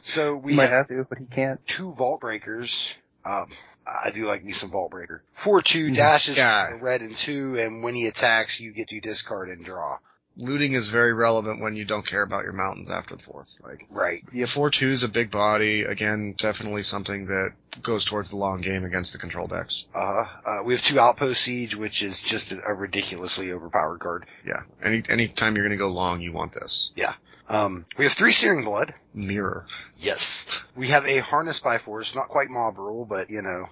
S1: so
S3: He
S1: we
S3: might
S1: have
S3: have to, but he can't.
S1: two Vault Breakers. Um, I do like me some Vault Breaker. Four two
S3: Mhm.
S1: dashes
S2: Mm-hmm. Yeah.
S1: for red and two, and when he attacks, you get to discard and draw.
S2: Looting is very relevant when you don't care about your mountains after the fourth. Like.
S1: Right.
S2: Yeah, four two is a big body. Again, definitely something that goes towards the long game against the control decks.
S1: Uh, uh, we have two Outpost Siege, which is just a, a ridiculously overpowered card.
S2: Yeah. Any any time you're gonna go long, you want this
S1: Um, we have three Searing Blood.
S2: mirror.
S1: Yes. We have a Harness by Force, not quite mob rule, but you know,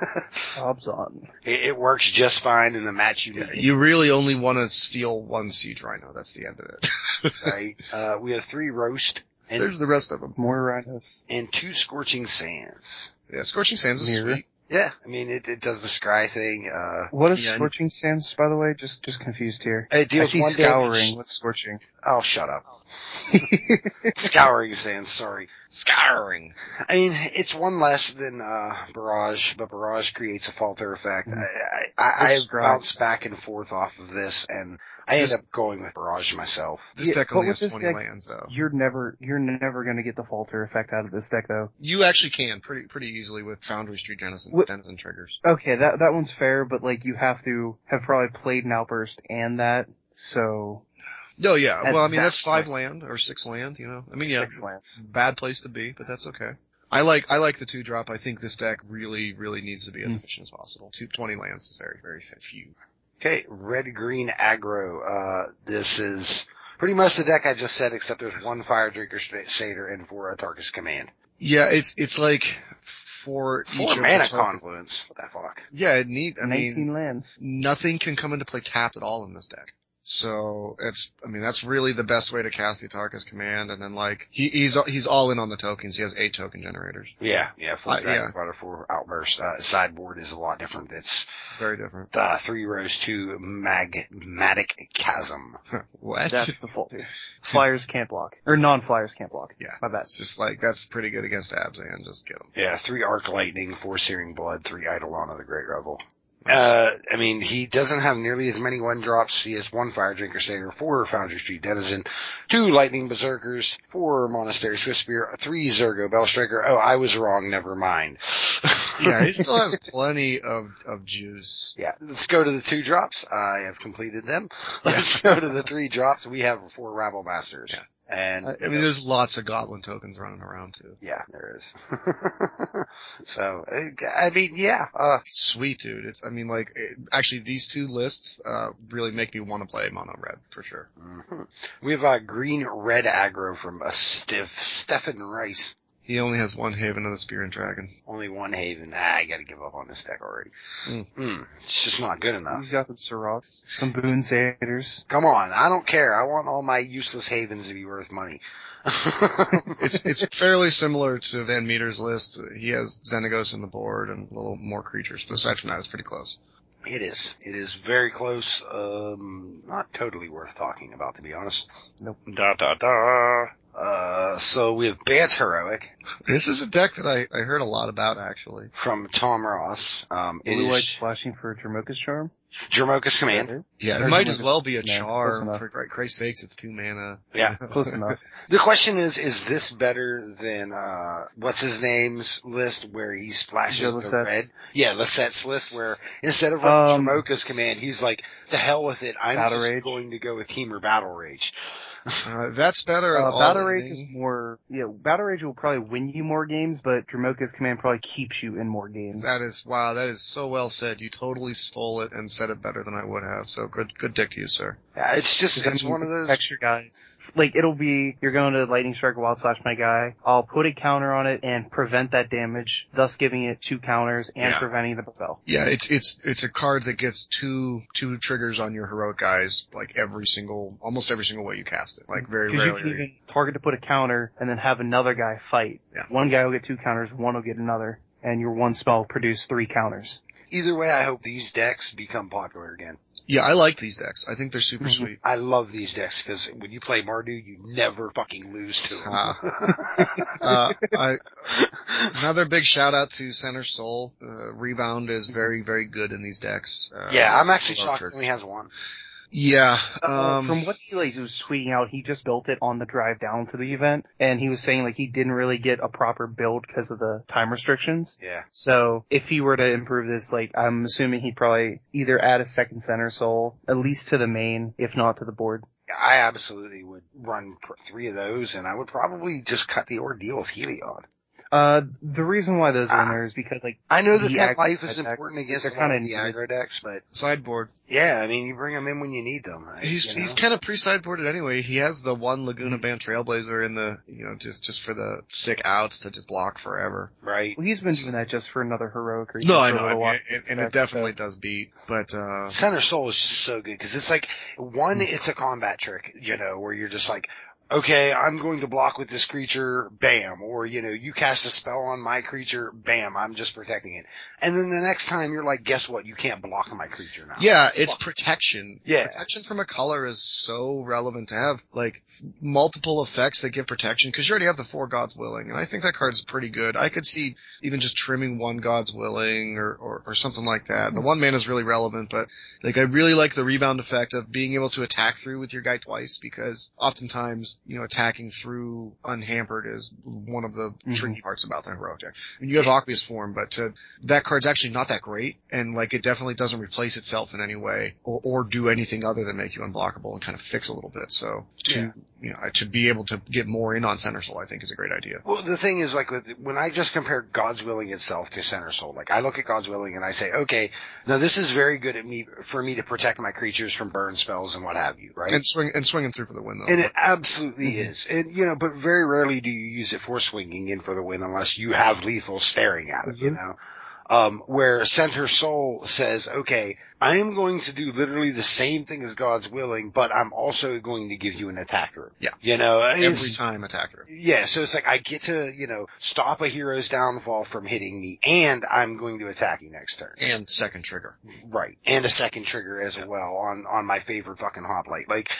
S3: Bob's on.
S1: it, it works just fine in the match you need,
S2: You really only want to steal one siege rhino. That's the end of it.
S1: right? Uh, we have three Roast and,
S2: There's the rest of them.
S3: More rhinos.
S1: and two Scorching Sands.
S2: Yeah, scorching sands is
S3: Mirror.
S2: sweet.
S1: Yeah, I mean, it, it does the Scry thing, uh,
S3: What is
S2: Yeah, and-
S3: scorching sands, by the way? Just just confused here.
S1: It
S3: I
S1: deals
S3: see
S1: one
S3: scouring.
S1: damage.
S3: What's scorching?
S1: Oh, shut up. scouring sand, sorry.
S2: Scouring.
S1: I mean, it's one less than uh, barrage, but barrage creates a falter effect.
S2: Mm-hmm.
S1: I, I, I, I
S3: That's right.
S1: bounce back and forth off of this, and I end
S2: This-
S1: up going with barrage myself.
S2: This
S3: Yeah,
S2: deck
S3: but
S2: only
S3: with
S2: has
S3: this
S2: twenty
S3: deck-
S2: lands though.
S3: You're never you're never gonna get the falter effect out of this deck though.
S2: You actually can pretty pretty easily with Foundry Street Denizen,
S3: Wh-
S2: Denizen triggers.
S3: Okay, that that one's fair, but like you have to have probably played an outburst and that, so
S2: No, yeah.
S3: At
S2: well, I mean
S3: that
S2: that's five
S3: point.
S2: land or six land. You know, I mean yeah,
S3: six lands.
S2: bad place to be, but that's okay. I like I like the two drop. I think this deck really really needs to be as
S3: Mm.
S2: efficient as possible. Two twenty lands is very very fe- few.
S1: Okay, red green aggro. Uh, this is pretty much the deck I just said, except there's one fire drinker Sa- satyr and four Atarka's command.
S2: Yeah, it's it's like for
S1: Four
S2: each of
S1: mana
S2: the target-
S1: confluence. What the fuck?
S2: Yeah, it need. I
S3: Nineteen
S2: mean,
S3: lands.
S2: nothing can come into play tapped at all in this deck. So it's I mean that's really the best way to cast the Atarka's command, and then like he, he's he's all in on the tokens. He has eight token generators.
S1: Yeah, yeah. Four
S2: Uh,
S1: dragon
S2: yeah.
S1: Fighter, four outburst. Uh, sideboard is a lot different. It's
S2: Very different.
S1: uh, three rows to magmatic chasm.
S2: what?
S3: That's the falter. Flyers can't block. Or non flyers can't block.
S2: yeah.
S3: My bad.
S2: It's just like that's pretty good against abs and just get them.
S1: Yeah, three arc lightning, four searing blood, three eidolon of the great revel. Uh, I mean, he doesn't have nearly as many one drops. He has one fire drinker stager, four foundry street denizen, two lightning berserkers, four monastery swift spear, three zergo bell striker. Oh, I was wrong. Never mind.
S2: Yeah, he still has plenty of of juice.
S1: Yeah, let's go to the two drops. I have completed them. Let's go to the three drops. We have four rabble masters.
S2: Yeah.
S1: And
S2: I, I
S3: uh,
S2: mean, there's lots of goblin tokens running around too.
S1: yeah, there is. so, uh, I mean, yeah, uh,
S2: It's sweet, dude. It's I mean, like it, actually, these two lists uh really make me want to play mono red for sure.
S1: Mhm. We have a uh, green red aggro from a stiff Stefan Rice.
S2: He only has one haven of the spear and dragon.
S1: Only one haven. Ah, I gotta give up on this deck already.
S2: Mm.
S1: Mm, it's just not good enough.
S3: He's got some Sirocks, some Boon Satyrs.
S1: Come on, I don't care. I want all my useless havens to be worth money.
S2: It's it's fairly similar to Van Meter's list. He has Xenagos in the board and a little more creatures, but aside from that, it's pretty close.
S1: it is. It is very close. Um, not totally worth talking about, to be honest.
S3: Nope.
S1: Da da da. Uh, so we have Bant's Heroic
S2: This is a deck that I, I heard a lot about actually.
S1: from Tom Ross. Um, it
S3: Blue white
S1: is
S3: splashing for Dramoka's charm.
S1: Dramoka's Command.
S2: Yeah, it
S3: Or
S2: might
S3: something
S2: as well be a
S3: yeah, close
S2: charm.
S3: enough.
S2: For cri- Christ's sakes, it's two mana.
S1: Yeah.
S3: Close enough.
S1: The question is, is this better than, uh, what's his name's list where he splashes
S3: Joe
S1: the
S3: Lissette.
S1: red? Yeah, Lissette's list where instead of running
S3: Um,
S1: Dramoka's Command, he's like, the hell with it, I'm
S3: Battle
S1: just
S3: Rage.
S1: going to go with Hemer Battle Rage.
S2: Uh, that's better.
S3: Uh,
S2: at all
S3: Battle
S2: than
S3: Rage is
S2: any-
S3: more, yeah, Battle Rage will probably win you more games, but Dramoka's Command probably keeps you in more games.
S2: That is wow. That is so well said. You totally stole it and said it better than I would have. So good, good dick to you, sir.
S1: Yeah, Uh, it's just,
S3: 'Cause I
S1: it's
S3: mean,
S1: one of
S3: it
S1: those.
S3: protects your guys. Like, it'll be, you're going to Lightning Strike Wild Slash my guy. I'll put a counter on it and prevent that damage, thus giving it two counters and
S1: Yeah.
S3: preventing the spell.
S2: Yeah, it's it's it's a card that gets two two triggers on your heroic guys like every single almost every single way you cast it. Like very
S3: Because you
S2: rarely.
S3: can even target to put a counter and then have another guy fight.
S2: Yeah.
S3: One guy will get two counters, one will get another, and your one spell will produce three counters.
S1: Either way, I hope these decks become popular again.
S2: yeah, I like these decks. I think they're super
S3: Mhm.
S2: sweet.
S1: I love these decks because when you play Mardu, you never fucking lose to
S2: Ah.
S1: them.
S2: Uh, I, another big shout out to Center Soul. Uh, Rebound is very very good in these dects. Uh,
S1: yeah, I'm actually
S2: love
S1: shocked
S2: Turk.
S1: he only has one.
S2: Yeah.
S3: Uh,
S2: Um,
S3: from what he like was tweeting out, he just built it on the drive down to the event, and he was saying like he didn't really get a proper build because of the time restrictions.
S1: Yeah.
S3: So if he were to improve this, like I'm assuming he'd probably either add a second center soul, at least to the main, if not to the board.
S1: I absolutely would run pr- three of those and I would probably just cut the ordeal of Heliod.
S3: Uh, the reason why those are in
S1: Ah.
S3: there is because like
S1: I know that
S3: The
S1: that
S3: ag-
S1: life is
S3: attack-
S1: important against
S3: they're
S1: a lot of
S3: kinda
S1: the
S3: needed.
S1: aggro decks, but
S2: sideboard.
S1: yeah, I mean, you bring them in when you need them. I-
S2: He's
S1: you
S2: he's
S1: know?
S2: kind of pre-sideboarded anyway. He has the one Laguna Band Trailblazer in the you know just just for the sick outs to just block forever.
S1: right.
S3: well, he's been doing that just for another heroic reason.
S2: No,
S3: for
S2: I
S3: a
S2: know,
S3: little
S2: and,
S3: while.
S2: and- and it definitely does beat. But uh
S1: Center Soul is just so good because it's like one,
S3: Mm.
S1: it's a combat trick, you know, where you're just like, okay, I'm going to block with this creature, bam, or you know, you cast a spell on my creature, bam, I'm just protecting it, and then the next time you're like, guess what, you can't block my creature now.
S2: yeah, it's protection.
S1: Yeah.
S2: protection from a color is so relevant to have like multiple effects that give protection because you already have the four Gods Willing, and I think that card's pretty good. I could see even just trimming one God's Willing or, or, or something like that. The one man is really relevant, but like I really like the rebound effect of being able to attack through with your guy twice because oftentimes, you know, attacking through unhampered is one of the
S1: Mm-hmm.
S3: Mhm.
S2: tricky parts about the heroic deck. I mean, you have Aqueous form, but to, that card's actually not that great and like it definitely doesn't replace itself in any way or, or do anything other than make you unblockable and kind of fix a little bit. So to,
S1: Yeah.
S2: you know, to be able to get more in on center soul, I think is a great idea.
S1: Well, the thing is, like, with, when I just compare God's willing itself to Center Soul, like, I look at God's willing and I say, okay, now this is very good at me for me to protect my creatures from burn spells and what have you, right?
S2: And swing and swinging through for the win though.
S1: And it absolutely
S2: Mm-hmm.
S3: Mhm.
S1: is. And, you know, but very rarely do you use it for swinging in for the win unless you have lethal staring at it, you
S2: Mm-hmm.
S3: Mhm.
S1: know? Um, where Center Soul says, okay, I am going to do literally the same thing as God's willing, but I'm also going to give you an attack through.
S2: Yeah.
S1: You know,
S2: Every
S1: it's-
S2: time attacker.
S1: yeah, so it's like I get to, you know, stop a hero's downfall from hitting me and I'm going to attack you next turn.
S2: And second trigger.
S1: Right. And a second trigger as well on, on my favorite fucking hoplite. Like,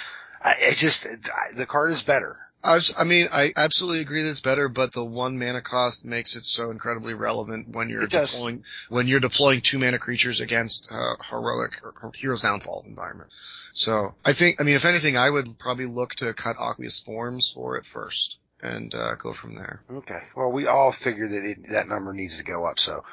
S1: I, it just, I, the card is better.
S2: I, was- I mean, I absolutely agree that it's better, but the one mana cost makes it so incredibly relevant when you're
S1: It does.
S2: deploying when you're deploying two mana creatures against uh, heroic or, or heroes downfall environment. So I think, I mean, if anything, I would probably look to cut Aqueous Forms for it first and uh, go from there.
S1: Okay. Well, we all figure that it, that number needs to go up, so.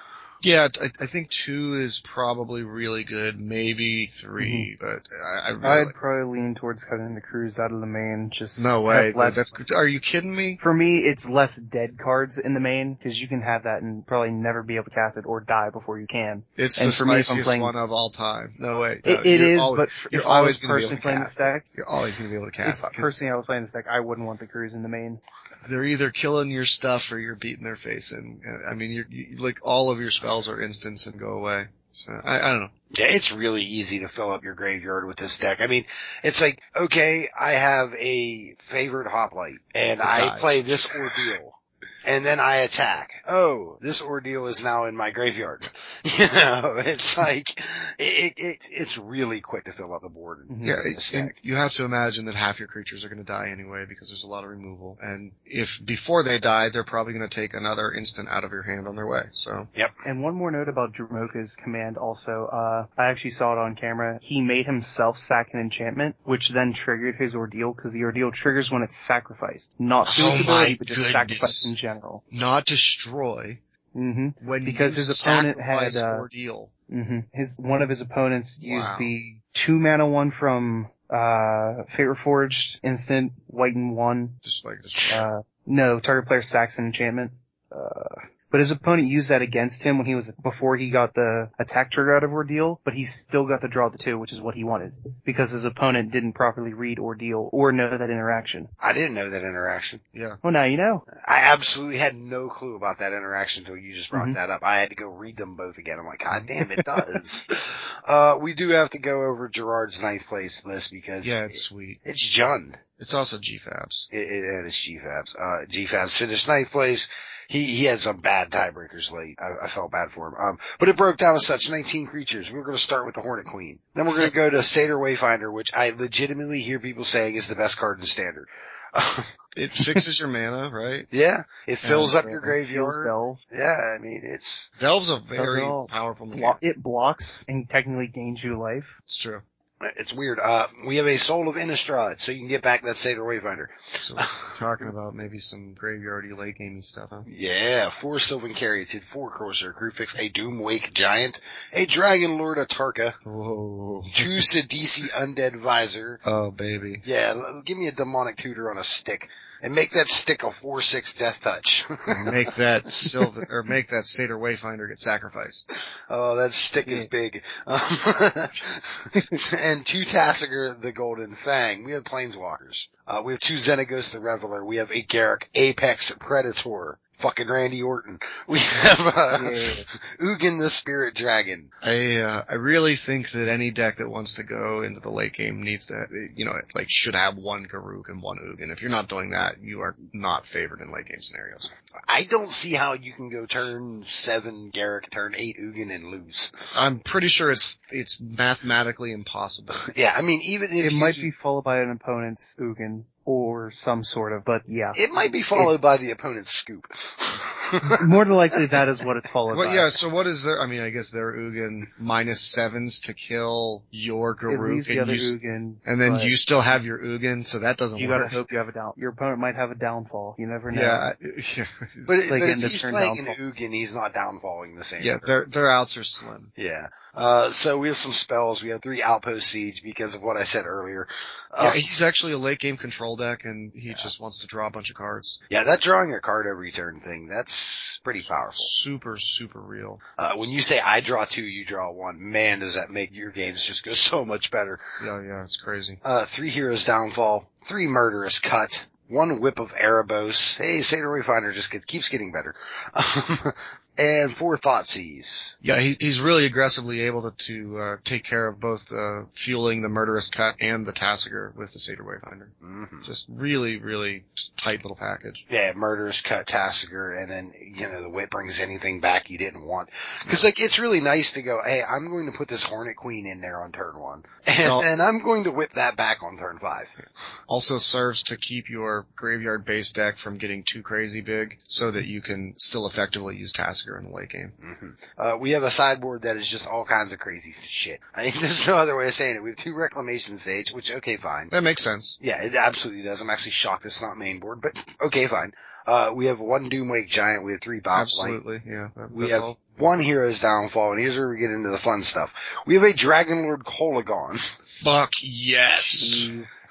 S2: Yeah, I, I think two is probably really good, maybe
S3: Mm-hmm.
S2: 3 but I, I really
S3: I'd probably lean towards cutting the crews out of the main. Just
S2: no way.
S3: have less-
S2: That's are you kidding me?
S3: For me, it's less dead cards in the main because you can have that and probably never be able to cast it or die before you can.
S2: It's
S3: And
S2: the
S3: for me, if I'm
S2: spiciest
S3: playing-
S2: one of all time. No way. No,
S3: It, it
S2: you're
S3: is,
S2: always-
S3: but
S2: you're
S3: if I
S2: always
S3: was
S2: gonna be able
S3: personally
S2: to
S3: playing the
S2: cast it.
S3: stack,
S2: You're always going to be able to
S3: if
S2: cast. it, 'cause
S3: personally I was playing the stack, I wouldn't want the crews in the main.
S2: They're either killing your stuff or you're beating their face in. Uh, I mean, you're, you, like all of your spells are instants and go away. So I, I don't know.
S1: Yeah, it's really easy to fill up your graveyard with this deck. I mean, it's like, okay, I have a favorite hoplite and
S2: It
S1: I
S2: dies.
S1: play this ordeal. and then I attack. Oh, this ordeal is now in my graveyard. you know, it's like it, it it's really quick to fill out the board. And,
S3: Mhm.
S2: Yeah,
S1: the
S2: it,
S1: stack.
S2: and you have to imagine that half your creatures are going to die anyway because there's a lot of removal. And if before they die, they're probably going to take another instant out of your hand on their way. So
S3: And one more note about Dramoka's command also, uh, I actually saw it on camera. He made himself sack an enchantment, which then triggered his ordeal, because the ordeal triggers when it's sacrificed. Not through
S2: Oh
S3: its
S2: my
S3: ability, but just
S2: goodness.
S3: sacrificed in general.
S2: not destroy
S3: hmm
S2: when
S3: Because
S2: you
S3: his opponent had,
S2: sacrifice
S3: uh,
S2: ordeal.
S3: hmm His, one of his opponents used
S2: Wow.
S3: the two mana one from, uh, Fate Reforged, instant, white and one,
S2: Just like destroy.
S3: Uh, no, target player sacks an enchantment. Uh, but his opponent used that against him when he was before he got the attack trigger out of ordeal, but he still got the draw the two, which is what he wanted because his opponent didn't properly read ordeal or know that interaction.
S1: I didn't know that interaction.
S2: yeah.
S3: Well, now you know.
S1: I absolutely had no clue about that interaction until you just brought
S3: Mhm.
S1: that up. I had to go read them both again. I'm like, God damn, it does. uh, we do have to go over Gerard's ninth place list because
S2: Yeah, it's sweet.
S1: it's Jun.
S2: It's also GFABs.
S1: It, it, and it's GFABs. Uh, GFABs finished ninth place. He, he had some bad tiebreakers late. I, I felt bad for him. Um, but it broke down as such 19 creatures. We're going to start with the Hornet Queen. Then we're going to go to Satyr Wayfinder, which I legitimately hear people saying is the best card in standard.
S2: It fixes your mana, right?
S1: yeah. It fills
S3: Uh,
S1: up your
S3: it heals
S1: graveyard.
S3: Delve.
S1: Yeah. I mean, it's,
S2: Delve's a very
S3: all.
S2: powerful
S3: Blo-
S2: mechanic.
S3: It blocks and technically gains you life.
S2: It's true.
S1: it's weird. Uh, we have a Soul of Innistrad, so you can get back that Satyr Wayfinder.
S2: So we're talking about maybe some graveyardy late gamey stuff, huh?
S1: Yeah, four Sylvan Caryatid, four Corsair Crewfix, a Doomwake Giant, a Dragon Lord Atarka,
S2: Whoa.
S1: two Sidisi Undead Visor.
S2: Oh baby.
S1: Yeah, l- give me a demonic tutor on a stick and make that stick a four six death touch.
S2: Make that silver or make that Satyr Wayfinder get sacrificed.
S1: oh, that stick is
S3: Yeah.
S1: big. Um, and two Tassiger, the Golden Fang. We have Planeswalkers. Uh, we have two Xenagos, the Reveler. We have a Garrick, Apex Predator. Fucking Randy Orton. We have uh,
S3: Yeah.
S1: Ugin the Spirit Dragon.
S2: I uh, I really think that any deck that wants to go into the late game needs to you know like should have one Garuk and one Ugin. If you're not doing that, you are not favored in late game scenarios.
S1: I don't see how you can go turn seven Garrick, turn eight Ugin, and lose.
S2: I'm pretty sure it's it's mathematically impossible.
S1: Yeah, I mean, even if
S3: It
S1: you-
S3: might be followed by an opponent's Ugin or some sort of, but yeah.
S1: It might be followed
S3: It's-
S1: by the opponent's scoop.
S3: More than likely that is what it's followed
S2: Well,
S3: by.
S2: yeah. So what is their? I mean, I guess their Ugin minus sevens to kill your
S3: It
S2: Garuk,
S3: leaves the
S2: and,
S3: other
S2: you, s-
S3: Ugin.
S2: and then
S3: but-
S2: you still have your Ugin, so that doesn't
S3: You
S2: work.
S3: gotta hope you have a down. Your opponent might have a downfall. You never know.
S2: yeah, I- yeah,
S1: but it-
S3: Like
S1: but
S3: in
S1: if
S3: the
S1: he's
S3: turn
S1: playing an
S3: downfall.
S1: Ugin, he's not downfalling the same.
S2: yeah. Their their outs are slim.
S1: Yeah. Uh, so we have some spells. We have three outpost siege because of what I said earlier.
S2: yeah,
S1: Uh, yeah,
S2: he's actually a late game control deck, and he just wants to draw a bunch of cards.
S1: that drawing a card every turn thing, that's pretty powerful.
S2: Super, super real.
S1: Uh, when you say I draw two, you draw one, man, does that make your games just go so much better.
S2: Yeah, yeah, it's crazy.
S1: Uh, three heroes downfall, three murderous cut, one whip of Erebos. Hey, Seder Wayfinder just get, keeps getting better. and four thought seize.
S2: Yeah, he, he's really aggressively able to, to uh, take care of both uh, fueling the murderous cut and the Tassiger with the Satyr Wayfinder.
S1: hmm
S2: Just really, really tight little package.
S1: Yeah, murders cut Tassiger, and then you know the whip brings anything back you didn't want. Because like it's really nice to go, hey, I'm going to put this Hornet Queen in there on turn one, and,
S2: Well-
S1: and I'm going to whip that back on turn five.
S2: Also serves to keep your graveyard base deck from getting too crazy big, so that you can still effectively use Tassiger in the late game.
S1: hmm Uh, we have a sideboard that is just all kinds of crazy shit. I mean, there's no other way of saying it. We have two Reclamation Sage, which okay, fine.
S2: That makes sense.
S1: Yeah, it absolutely does. I'm actually shocked it's not main board, but okay, fine. Uh, we have one Doomwake Giant. We have three Bobblight.
S2: Absolutely, yeah. that-
S1: We
S2: that's
S1: have
S2: all.
S1: one Hero's Downfall, and here's where we get into the fun stuff. We have a Dragon Lord Kolagon.
S2: Fuck yes!
S3: Jeez.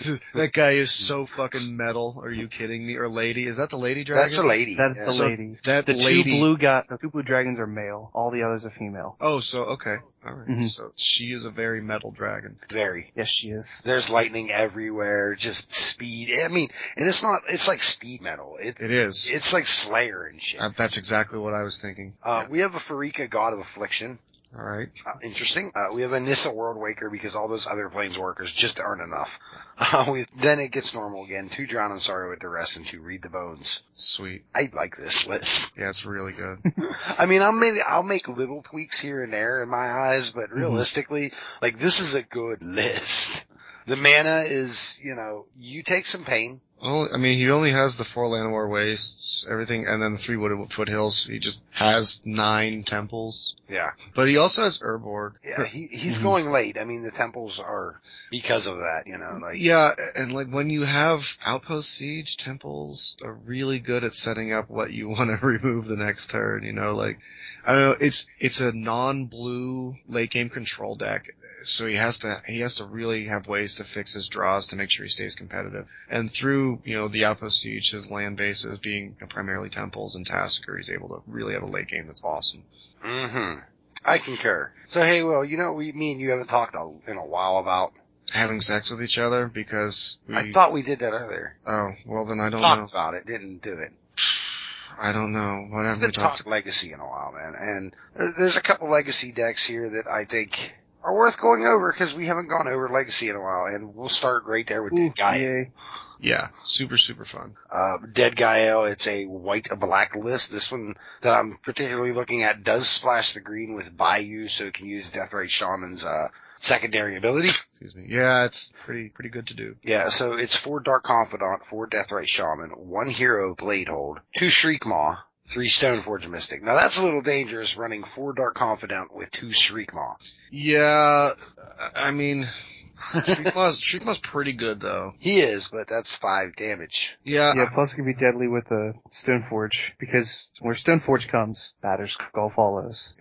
S2: that guy is so fucking metal. Are you kidding me? Or lady? Is that the lady dragon?
S1: That's a lady.
S3: That's the
S2: So
S3: lady.
S2: That
S3: The
S2: lady.
S3: two blue got the two blue dragons are male. All the others are female.
S2: Oh, so okay, all right.
S3: Mhm.
S2: So she is a very metal dragon.
S1: Very.
S3: Yes, she is.
S1: There's lightning everywhere, just speed. I mean, and it's not, it's like speed metal. It,
S2: It is.
S1: it's like Slayer and shit.
S2: Um,
S1: Um,
S2: Uh, that's exactly what I was thinking.
S1: Uh, we have a Farika God of Affliction.
S2: All right.
S1: Uh, interesting. Uh, we have a Nissa World Waker because all those other Planeswalkers just aren't enough. Uh, we, then it gets normal again. Two Drown in Sorrow at the Rest and two Read the Bones.
S2: Sweet.
S1: I like this list.
S2: Yeah, it's really good.
S1: I mean, I'll make, I'll make little tweaks here and there in my eyes, but
S2: Mm-hmm.
S1: realistically, like this is a good list. The mana is, you know, you take some pain.
S2: Well, Oh, I mean, he only has the four Llanowar wastes, everything, and then the three Wooded Foothills. He just has nine temples,
S1: Yeah.
S2: but he also has Urborg.
S1: Yeah. He, he's
S2: Mhm.
S1: going late. I mean, the temples are because of that, you know, like,
S2: Yeah, and like when you have outpost siege, temples are really good at setting up what you want to remove the next turn. You know, like I don't know, it's it's a non-blue late game control deck, so he has to he has to really have ways to fix his draws to make sure he stays competitive. And through you know the outpost siege, his land bases being primarily temples and Tasker, he's able to really have a late game that's awesome. Mm-hmm.
S1: hmm I concur. So hey, Will, you know, we, me and you haven't talked a, in a while about,
S2: Having sex with each other because we
S1: I thought we did that earlier.
S2: oh well then I Mm-hmm. don't
S1: Talked
S2: know
S1: about it, didn't do it.
S2: I don't know what have
S1: I've
S2: we
S1: been
S2: talked
S1: talking legacy in a while, man, and there- there's a couple legacy decks here that I think are worth going over because we haven't gone over legacy in a while, and we'll start right there with
S3: Ooh,
S1: Dead Guy.
S3: yay.
S2: Yeah, super super fun.
S1: Uh, Dead Gaio, it's a white black list. This one that I'm particularly looking at does splash the green with Bayou, so it can use Death Ray Shaman's uh, secondary ability.
S2: Excuse me. Yeah, it's pretty pretty good to do.
S1: Yeah, so it's four Dark Confidant, four Deathrite Shaman, one Hero Bladehold, two Shriek Maw, three Stoneforge Mystic. Now that's a little dangerous running four Dark Confidant with two Shriek Maw.
S2: Yeah, I mean, Shriekmaw's Shriekmaw's pretty good though.
S1: he is, but that's five damage.
S2: Yeah,
S3: Yeah, plus it could be deadly with the Stoneforge, because where Stoneforge comes, Batter's Skull follows.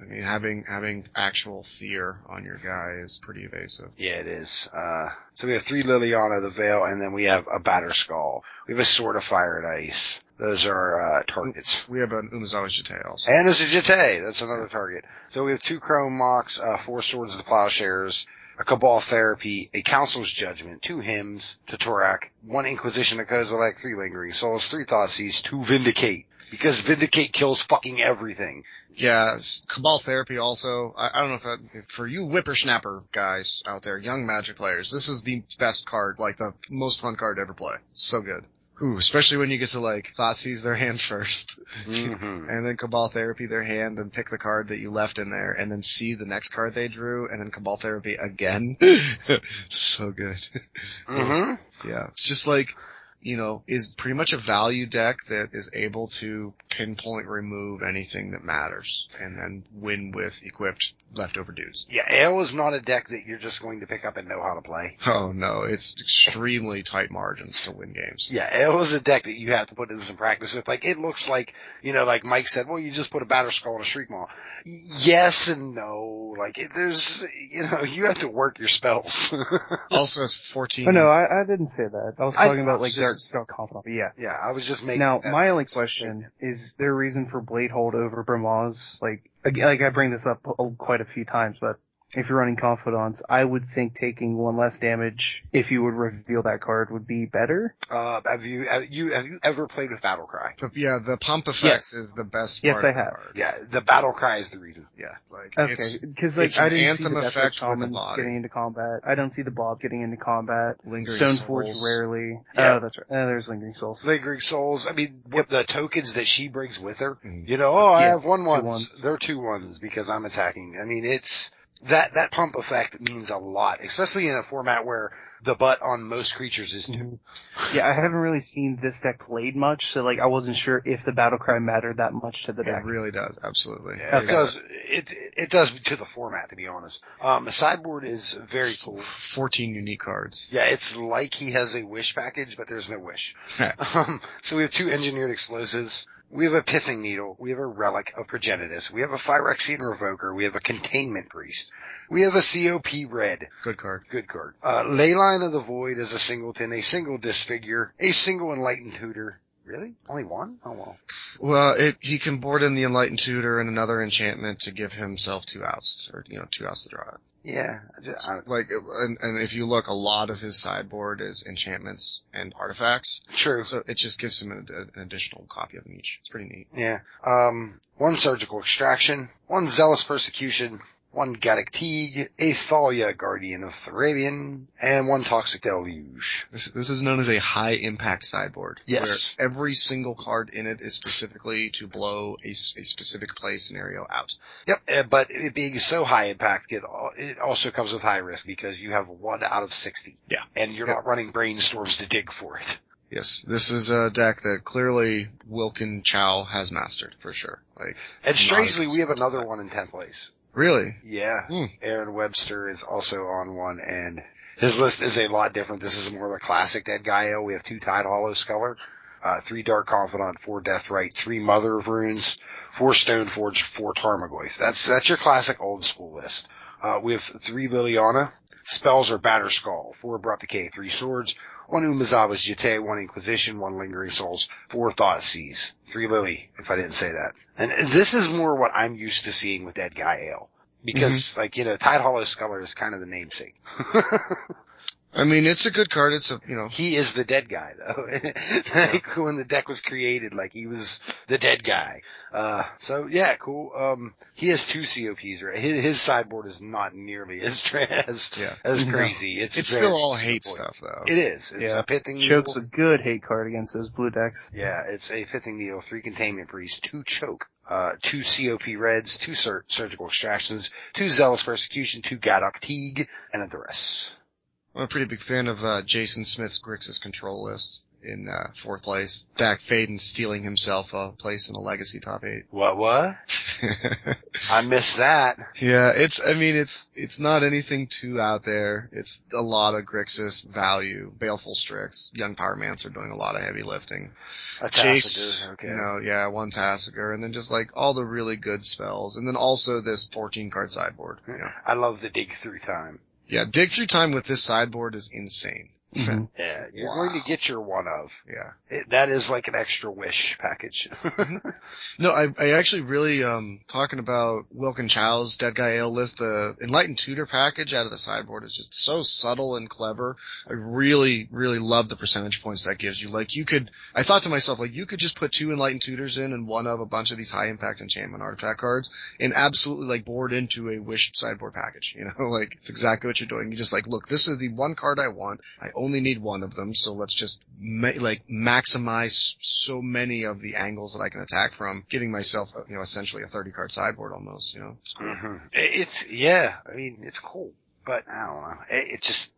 S2: I mean having having actual fear on your guy is pretty evasive.
S1: Yeah, it is. Uh, so we have three Liliana the Veil, and then we have a Batter Skull. We have a Sword of Fire and Ice. Those are, uh, targets.
S2: We have an Umazawa Jitails.
S1: And there's a Jete. That's another target. So we have two Chrome Mocks, uh, four Swords of the Plowshares, a Cabal Therapy, a Council's Judgment, two Hymns to Torak, one Inquisition to Kozilek, three Lingering Souls, three Thoughtseize, two Vindicate. Because Vindicate kills fucking everything.
S2: Yeah, s- Cabal Therapy also. I, I don't know if, that, if for you whippersnapper guys out there, young Magic players, this is the best card, like the most fun card to ever play. So good. Ooh, especially when you get to like thought seize their hand first.
S1: Mm-hmm.
S2: and then cabal therapy their hand and pick the card that you left in there and then see the next card they drew and then cabal therapy again. so good.
S1: hmm
S2: Yeah. It's just like, you know, is pretty much a value deck that is able to pinpoint remove anything that matters and then win with equipped leftover dudes.
S1: Yeah, Ale is not a deck that you're just going to pick up and know how to play.
S2: Oh no, it's extremely tight margins to win games.
S1: Yeah, it was a deck that you have to put in some practice with. Like, it looks like, you know, like Mike said, well, you just put a batter skull and a shriek maw. Y- Yes and no. Like, it, there's, you know, you have to work your spells.
S2: Also has 14.
S3: Oh no, I, I didn't say that. I was
S1: I
S3: talking about
S1: was
S3: like
S1: just-
S3: Dark Skull Confidant, but yeah.
S1: yeah, I was just making.
S3: Now,
S1: that
S3: my only
S1: s-
S3: question is there a reason for Bladehold over Brahma's? Like, ag- like I bring this up uh, quite a few times, but if you're running Confidants, I would think taking one less damage if you would reveal that card would be better.
S1: Uh, have you, have you, have you ever played with Battle Cry?
S2: The- yeah, the pump effect
S3: Yes.
S2: is the best
S3: Yes,
S2: part
S3: I
S2: of the
S3: have.
S2: card.
S1: Yeah, the Battle Cry is the reason.
S2: Yeah, like it's,
S3: Okay, because like
S2: it's
S3: I
S2: an
S3: didn't see
S2: anthem
S3: the Death
S2: effect
S3: Ray
S2: with the
S3: Shamans
S2: body.
S3: getting into combat. I don't see the Bob getting into combat.
S2: lingering
S3: Stoneforge
S2: souls.
S3: rarely.
S1: Yeah.
S3: Oh, that's right. Oh, there's Lingering Souls.
S1: Lingering Souls, I mean, what the tokens that she brings with her,
S2: Mm.
S1: You know, oh, I
S3: Yeah,
S1: have one ones.
S3: ones.
S1: They're two ones because I'm attacking. I mean, it's that that pump effect means a lot, especially in a format where the butt on most creatures is 2
S3: Mhm. Yeah, I haven't really seen this deck played much, so like I wasn't sure if the battle cry mattered that much to the
S2: It
S3: deck.
S2: really does, absolutely.
S1: Yeah,
S3: Okay.
S1: It does it it does to the format to be honest. Um, the sideboard is very cool.
S2: Fourteen unique cards.
S1: Yeah, it's like he has a wish package, but there's no wish. Um, so we have two engineered explosives. We have a pithing needle. We have a relic of progenitus. We have a Phyrexian revoker. We have a containment priest. We have a COP red.
S2: Good card.
S1: Good card. Uh, Leyline of the Void is a singleton, a single disfigure, a single enlightened hooter. Really? Only one? Oh well.
S2: Well, it, he can board in the Enlightened Tutor and another enchantment to give himself two outs, or you know, two outs to draw it.
S1: Yeah. I uh, just, I,
S2: Like, and, and if you look, a lot of his sideboard is enchantments and artifacts.
S1: true.
S2: So it just gives him an, an additional copy of them each. It's pretty neat.
S1: Yeah. Um, one surgical extraction, one zealous persecution, one Gaddock Teague, a Thalia guardian of Therabian, and one toxic deluge.
S2: This, this is known as a high impact sideboard.
S1: Yes.
S2: Where every single card in it is specifically to blow a, s- a specific play scenario out.
S1: Yep. Uh, But it being so high impact, it al- it also comes with high risk because you have one out of sixty.
S2: Yeah.
S1: And you're not running brainstorms to dig for it.
S2: Yes. This is a deck that clearly Wilkin Chow has mastered for sure. Like,
S1: And
S2: Not
S1: strangely,
S2: as-
S1: we have another one in tenth place.
S2: really?
S1: Yeah.
S2: Hmm.
S1: Aaron Webster is also on one, and his list is a lot different. This is more of a classic Dead Gaio. We have two Tide Hollow Sculler, uh, three Dark Confidant, four Deathrite, three Mother of Runes, four Stoneforge, four Tarmogoyf. That's that's your classic old school list. Uh, we have three Liliana. Spells are Batterskull, four Abrupt Decay, three Swords, one Umazawa's Jite, one Inquisition, one Lingering Souls, four Thought Seas, three Lily, if I didn't say that. And this is more what I'm used to seeing with Dead Gaio because like you know tide hollow sculler is kind of the namesake
S2: I mean, it's a good card. It's a, you know,
S1: he is the dead guy though like when the deck was created like he was the dead guy uh so yeah cool um he has two cops right his, his sideboard is not nearly as tra- as,
S2: Yeah.
S1: as
S3: No.
S1: crazy it's,
S2: it's
S1: very-
S2: still all hate
S1: point.
S2: stuff though.
S1: it is it's
S3: Yeah.
S1: a pithing needle
S3: Choke's a good hate card against those blue decks.
S1: yeah it's a pithing needle three containment breeze two choke uh, two COP reds, two sur- surgical extractions, two zealous persecution, two Gadok Teague, and a duress.
S2: I'm a pretty big fan of uh, Jason Smith's Grixis control list in uh, fourth place. Back Faden stealing himself a place in the legacy top eight.
S1: What, what? I missed that.
S2: yeah, it's. I mean, it's it's not anything too out there. It's a lot of Grixis value. Baleful Strix, Young Power Mance are doing a lot of heavy lifting.
S1: A
S2: Chase,
S1: Tacitus, okay.
S2: you know, oh, yeah, one Tassiger, and then just like all the really good spells, and then also this 14 card sideboard. You know.
S1: I love the dig through time.
S2: Yeah, dig through time with this sideboard is insane.
S3: Mhm.
S1: Yeah, you're
S2: Wow.
S1: going to get your one of.
S2: Yeah.
S1: It, that is like an extra wish package.
S2: No, I, I actually really, um, talking about Wilkin Chow's Dead Guy Ale list, the Enlightened Tutor package out of the sideboard is just so subtle and clever. I really, really love the percentage points that gives you. Like, you could, I thought to myself, like, you could just put two Enlightened Tutors in and one of a bunch of these high impact enchantment artifact cards and absolutely, like, board into a wish sideboard package. You know, like, it's exactly what you're doing. You're just like, look, this is the one card I want. I only need one of them, so let's just ma- like maximize so many of the angles that I can attack from, giving myself you know essentially a thirty card sideboard almost. You know,
S1: Mhm. It- It's, yeah, I mean, it's cool, but I don't know. It, it just,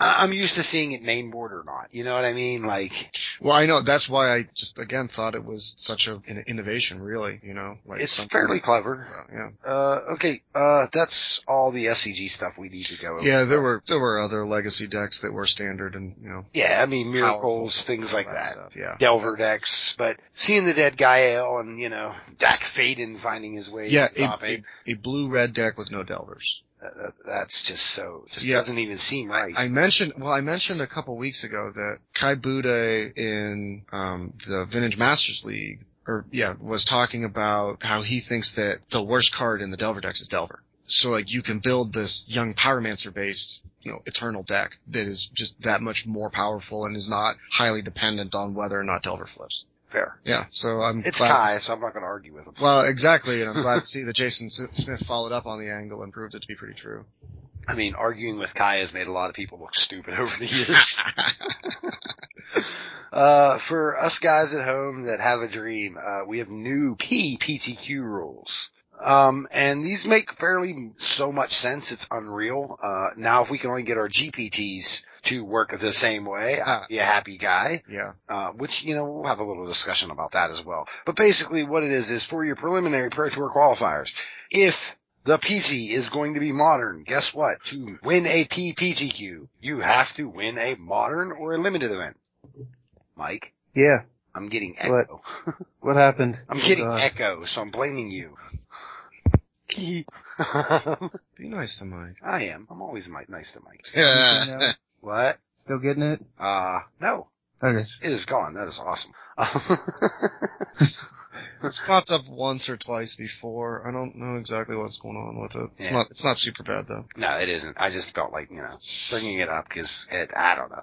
S1: I- I'm used to seeing it main board or not. You know what I mean? Like,
S2: well I know that's why I just again thought it was such a, an innovation, really. You know, like
S1: it's
S2: something-
S1: fairly clever.
S2: well, yeah,
S1: Uh, okay, uh, that's all the SCG stuff we need to go over.
S2: yeah. There were there were other legacy decks that were standard and you know
S1: Yeah, I mean, miracles,
S2: powerful,
S1: things like
S2: all
S1: that.
S2: Stuff. Yeah,
S1: Delver decks, but seeing the dead Gael and, you know, Dak Faden finding his way
S2: yeah.
S1: to the top
S2: A,
S1: eight,
S2: a, a blue red deck with no delvers.
S1: that, that, that's just so, just
S2: Yeah.
S1: doesn't even seem right.
S2: I mentioned, well, I mentioned a couple weeks ago that Kai Bude in um, the Vintage Masters League, or yeah, was talking about how he thinks that the worst card in the Delver decks is Delver. So like you can build this young Pyromancer based, you know, eternal deck that is just that much more powerful and is not highly dependent on whether or not Delver flips.
S1: Fair.
S2: Yeah, so I'm
S1: It's
S2: glad to
S1: Kai, so I'm not going to argue with him.
S2: Well, exactly, and I'm glad to see that Jason S- Smith followed up on the angle and proved it to be pretty true.
S1: I mean, arguing with Kai has made a lot of people look stupid over the years. uh, for us guys at home that have a dream, uh, we have new PPTQ rules. Um, and these make fairly so much sense. It's unreal. Uh, now if we can only get our GPTs to work the same way,
S2: Uh.
S1: I'd be a happy guy.
S2: yeah.
S1: uh, which, you know, we'll have a little discussion about that as well. But basically what it is, is for your preliminary Pro Tour qualifiers, if the PC is going to be modern, guess what? To win a PPTQ, you have to win a modern or a limited event. Mike,
S3: Yeah.
S1: I'm getting
S3: What?
S1: echo.
S3: What happened?
S1: I'm getting
S3: Uh,
S1: echo, so I'm blaming you.
S2: Be nice to Mike.
S1: I am. I'm always mi- nice to Mike.
S3: anything now?
S1: What?
S3: Still getting it?
S1: Uh, no.
S3: Okay.
S1: It is gone. That is awesome.
S2: It's popped up once or twice before. I don't know exactly what's going on with it. It's
S1: Yeah.
S2: not. It's not super bad though.
S1: No, it isn't. I just felt like, you know, bringing it up because it, I don't know.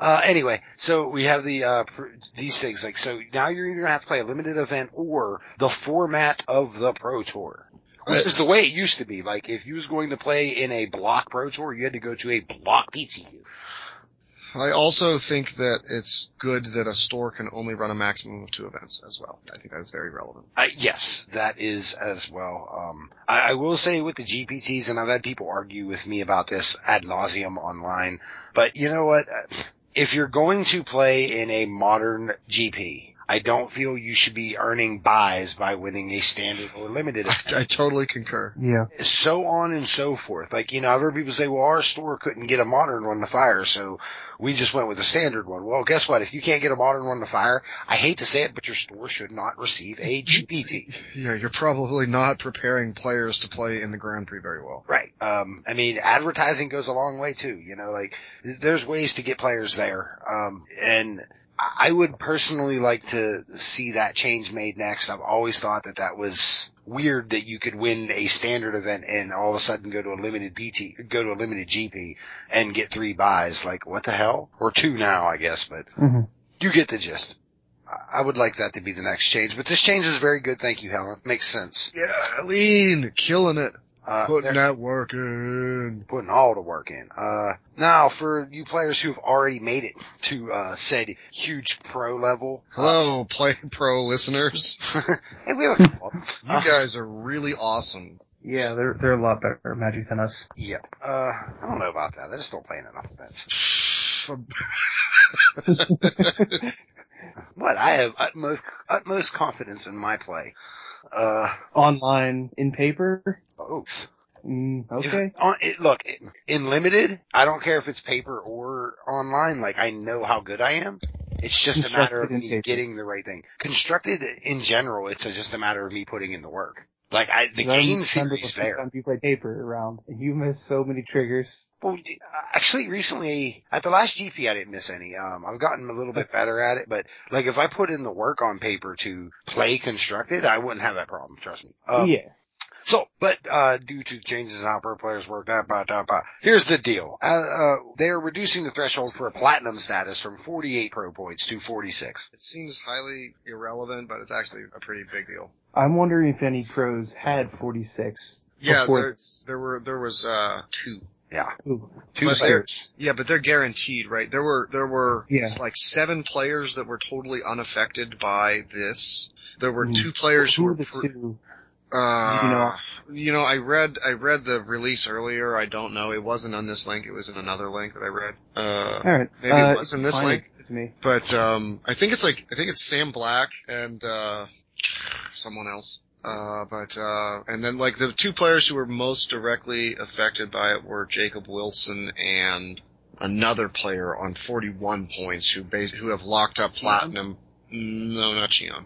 S1: Uh, anyway, so we have the, uh, pr- these things, like, so now you're either gonna have to play a limited event or the format of the Pro Tour. Which
S2: Right.
S1: is the way it used to be. Like, if you was going to play in a block Pro Tour, you had to go to a block PTQ.
S2: I also think that it's good that a store can only run a maximum of two events as well. I think that's very relevant.
S1: Uh, yes, that is as well. Um, I, I will say with the GPTs, and I've had people argue with me about this ad nauseum online, but you know what? Uh, If you're going to play in a modern GP, I don't feel you should be earning buys by winning a standard or limited.
S2: I, I totally concur.
S3: Yeah.
S1: so on and so forth. Like, you know, I've heard people say, well, our store couldn't get a modern one to fire, so we just went with a standard one. Well, guess what? If you can't get a modern one to fire, I hate to say it, but your store should not receive a GPT.
S2: Yeah, you're probably not preparing players to play in the Grand Prix very well.
S1: Right. Um, I mean, advertising goes a long way too. You know, like there's ways to get players there. Um, and I would personally like to see that change made next. I've always thought that that was weird that you could win a standard event and all of a sudden go to a limited PT, go to a limited GP and get three buys. Like what the hell? Or two now, I guess, but
S3: Mhm.
S1: you get the gist. I- I would like that to be the next change, but this change is very good. Thank you, Helen. Makes sense.
S2: Yeah, lean, killing it,
S1: Uh,
S2: putting
S1: there-
S2: that work in.
S1: putting all the work in. Uh, now for you players who've already made it to, uh, said huge pro level. Uh.
S2: Hello, Play Pro listeners.
S1: Hey, we have a couple.
S2: You
S1: Uh,
S2: guys are really awesome.
S3: Yeah, they're they're a lot better at Magic than us.
S1: yeah. Uh, I don't know about that. I just don't play in enough events. What? I have utmost, utmost confidence in my play. Uh, oh,
S3: Online in paper.
S1: both.
S3: Mm,
S1: If-
S3: okay.
S1: on, it, look, it, in limited, I don't care if it's paper or online. Like I know how good I am. It's just a matter of
S3: Constructed in
S1: me
S3: paper.
S1: getting the right thing. Constructed in general, it's just a matter of me putting in the work. Like I, the
S3: Because I
S1: game
S3: remember
S1: theory's
S3: first
S1: there.
S3: time You play paper around, and you miss so many triggers.
S1: Well, d- uh, actually, recently at the last GP, I didn't miss any. Um, I've gotten a little bit better at it, but like if I put in the work on paper to play constructed, I wouldn't have that problem. Trust me. Um,
S3: yeah.
S1: So, but uh, due to changes in how pro players work, da, ba, da, ba, here's the deal. Uh, uh, they are reducing the threshold for a platinum status from 48 pro points to 46.
S2: It seems highly irrelevant, but it's actually a pretty big deal.
S3: I'm wondering if any pros had 46.
S2: Yeah,
S3: before
S2: there,
S3: this.
S2: there were there was uh two.
S1: Yeah,
S3: Ooh.
S1: two
S2: But they're-
S1: players.
S2: Yeah, but they're guaranteed, right? There were there were
S3: Yeah.
S2: like seven players that were totally unaffected by this. There were
S3: Hmm.
S2: two players
S3: Who
S2: who
S3: are
S2: were
S3: the
S2: pr-
S3: two?
S2: Uh,
S3: You know-
S2: you know, I read I read the release earlier. I don't know. It wasn't on this link. It was in another link that I read. Uh,
S3: All right.
S2: maybe
S3: uh,
S2: it was in this
S3: fine
S2: link.
S3: to me.
S2: But um, I think it's like I think it's Sam Black and uh, someone else. Uh, but uh, and then like the two players who were most directly affected by it were Jacob Wilson and another player on 41 points who bas- who have locked up platinum. No, not Cheon.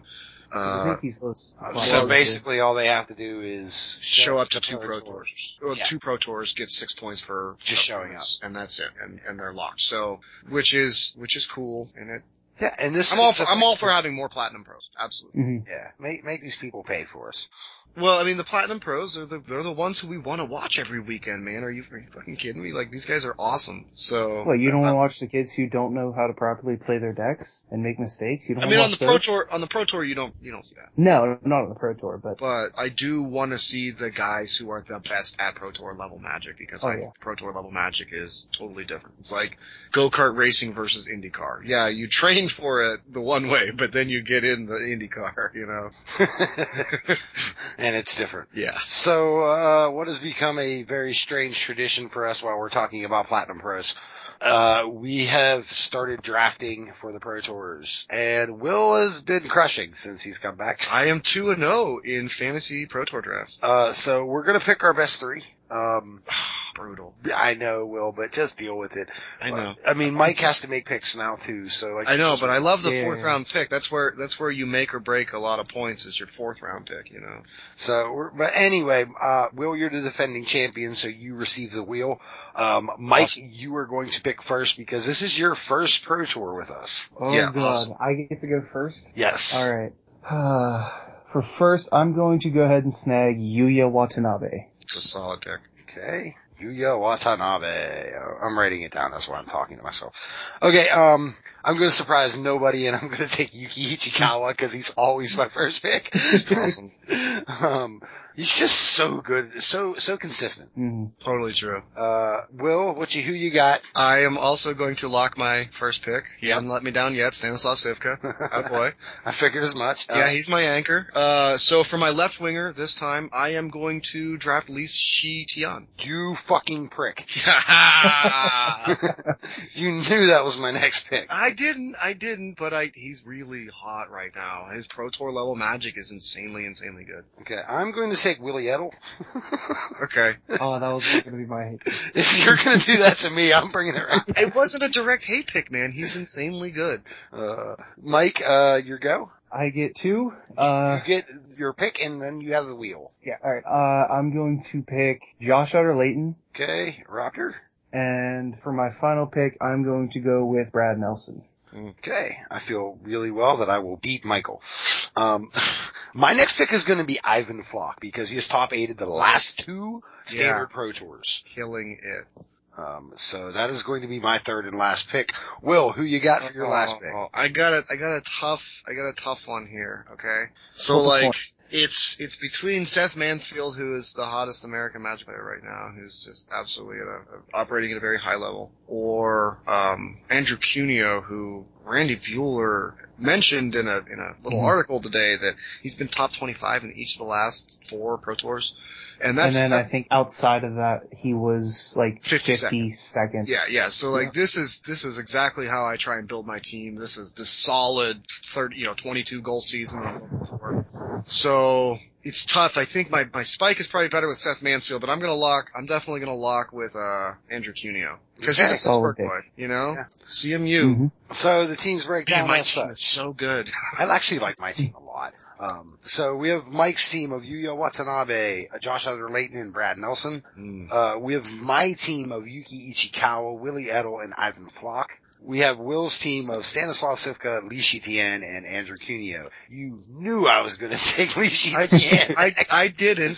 S3: I
S2: Uh,
S3: think he's close.
S1: Uh, so basically, all they have to do is
S2: show up to
S1: the
S2: two pro tours. Well,
S1: Yeah.
S2: Two pro tours get six points for
S1: Just showing
S2: appearance, and that's it, and, and they're locked. So, which is which is cool, and it.
S1: Yeah, and this
S2: I'm all for I'm all for having more platinum pros. Absolutely.
S3: hmm
S1: Yeah, make make these people pay for us.
S2: Well, I mean, the platinum pros are the they're the ones who we want to watch every weekend, man. Are you, are you fucking kidding me? Like these guys are awesome. So.
S3: Well, you don't want to watch the kids who don't know how to properly play their decks and make mistakes. You don't
S2: I mean, on
S3: want
S2: the
S3: to
S2: pro
S3: watch those.
S2: tour, on the pro tour, you don't you don't see that.
S3: No, not on the pro tour, but
S2: But I do want to see the guys who are the best at Pro Tour level magic because
S3: Oh,
S2: I
S3: yeah.
S2: think Pro Tour level magic is totally different. It's like go kart racing versus IndyCar. Yeah, you train for it the one way, but then you get in the IndyCar, you know?
S1: and it's different.
S2: Yeah.
S1: So, uh, what has become a very strange tradition for us while we're talking about Platinum Pros? Uh, we have started drafting for the Pro Tours, and Will has been crushing since he's come back.
S2: I am 2 and 0 in fantasy Pro Tour drafts.
S1: Uh, so we're gonna pick our best three. Um,
S2: Brutal.
S1: I know, Will, but just deal with it.
S2: I know.
S1: I mean, Mike has to make picks now too, so like.
S2: I know, but I love the
S3: Yeah.
S2: fourth round pick. That's where that's where you make or break a lot of points is your fourth round pick, you know.
S1: So, we're, but anyway, uh, Will, you're the defending champion, so you receive the wheel. Um, Mike, you are going to pick first because this is your first Pro Tour with us.
S3: oh
S2: Yeah,
S3: god,
S2: awesome.
S3: I get to go first.
S1: Yes.
S3: All right. For first, I'm going to go ahead and snag Yuya Watanabe.
S2: It's a solid pick.
S1: Okay. Yuya Watanabe. Oh, I'm writing it down. That's why I'm talking to myself. Okay, um, I'm going to surprise nobody and I'm going to take Yuki Ichikawa because he's always my first pick.
S2: It's awesome.
S1: um, he's just so good, so, so consistent.
S3: Mhm.
S2: totally true.
S1: Uh, Will, what you, who you got?
S2: I am also going to lock my first pick. He
S1: Yep.
S2: hasn't let me down yet. Stanislav Sivka. Oh boy.
S1: I figured as much. Uh,
S2: Yeah, he's my anchor. Uh, so for my left winger this time, I am going to draft Lee Shi Tian.
S1: you fucking prick.
S2: I
S1: you knew that was my next pick.
S2: didn't, I didn't, but I, he's really hot right now. His Pro Tour level magic is insanely, insanely good.
S1: Okay, I'm going to take Willie Edel.
S2: Okay.
S3: Oh, that was going to be my.
S1: if you're going to do that to me, I'm bringing it around.
S2: It wasn't a direct hate pick, man. He's insanely good.
S1: Uh, Mike, uh, your go.
S3: I get two. Uh,
S1: You get your pick and then you have the wheel.
S3: yeah. All right. Uh, I'm going to pick Josh Utter Layton,
S1: Okay, Raptor.
S3: and for my final pick, I'm going to go with Brad Nelson.
S1: Okay, I feel really well that I will beat Michael. Um, my next pick is going to be Ivan Flock because he has top aided the last two standard pro tours.
S2: Killing it.
S1: Um, so that is going to be my third and last pick. Will, who you got for your
S2: Oh,
S1: last
S2: oh,
S1: pick?
S2: oh. I got a, I got a tough, I got a tough one here. Okay. So
S3: What's the
S2: like,
S3: point?
S2: it's it's between Seth Mansfield, who is the hottest American Magic player right now, who's just absolutely at a, operating at a very high level, or um, Andrew Cuneo, who Randy Bueller mentioned in a in a little
S3: Mhm.
S2: article today that he's been top 25 in each of the last four Pro Tours, and that's
S3: and then
S2: that-
S3: I think outside of that, he was like
S2: 50
S3: 50
S2: second.
S3: second.
S2: Yeah, yeah. So like
S3: Yeah.
S2: this is this is exactly how I try and build my team. This is the solid thirty, you know, twenty two goal season. I'm looking for. So it's tough. I think my my spike is probably better with Seth Mansfield, but I'm gonna lock. I'm definitely gonna lock with uh Andrew Cuneo because he's a
S1: Oh, Okay.
S3: Solid
S2: Pittsburgh
S3: pick.
S2: boy. You know,
S1: Yeah. Mm-hmm.
S2: CMU.
S3: Mhm.
S1: So the teams break
S2: Man,
S1: down
S2: my
S1: as
S2: team
S1: such.
S2: is so good.
S1: I actually like my team a lot. Um, so we have Mike's team of Yuya Watanabe, Josh Layton, and Brad Nelson.
S3: Mm.
S1: Uh, we have my team of Yuki Ichikawa, Willie Edel, and Ivan Flock. We have Will's team of Stanislav Sivka, Li Shitian, and Andrew Cuneo. You knew I was going to take Li Shitian.
S2: I I didn't.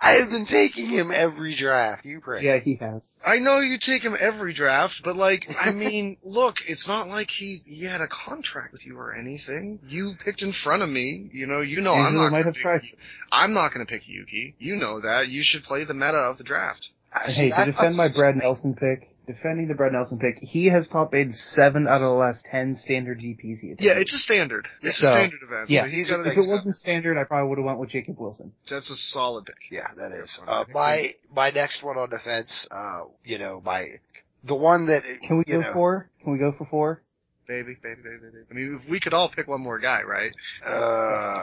S1: I have been taking him every draft. You pray.
S3: Yeah, he has.
S2: I know you take him every draft, but like, I mean, look, it's not like he he had a contract with you or anything. You picked in front of me. You know, you know,
S3: Angela
S2: I'm not. Gonna
S3: might have
S2: pick,
S3: tried.
S2: I'm not going to pick Yuki. You know that. You should play the meta of the draft.
S1: I-
S3: hey,
S1: see,
S3: to
S1: I-
S3: defend my
S1: I-
S3: Brad Nelson pick, defending the Brad Nelson pick, he has top eight seven out of the last ten standard GPs he attended.
S2: Yeah, it's a standard. It's a
S3: So,
S2: standard event.
S3: yeah.
S2: so he's got to
S3: if it wasn't standard, I probably would have went with Jacob Wilson.
S2: That's a solid pick.
S1: Yeah, that is. Uh, my, my next one on defense, uh, you know, my, the one that,
S3: Can we
S1: you
S3: go
S1: know,
S3: four? Can we go for four?
S2: Baby, baby, baby, baby. I mean, if we could all pick one more guy, right?
S1: uh,
S2: I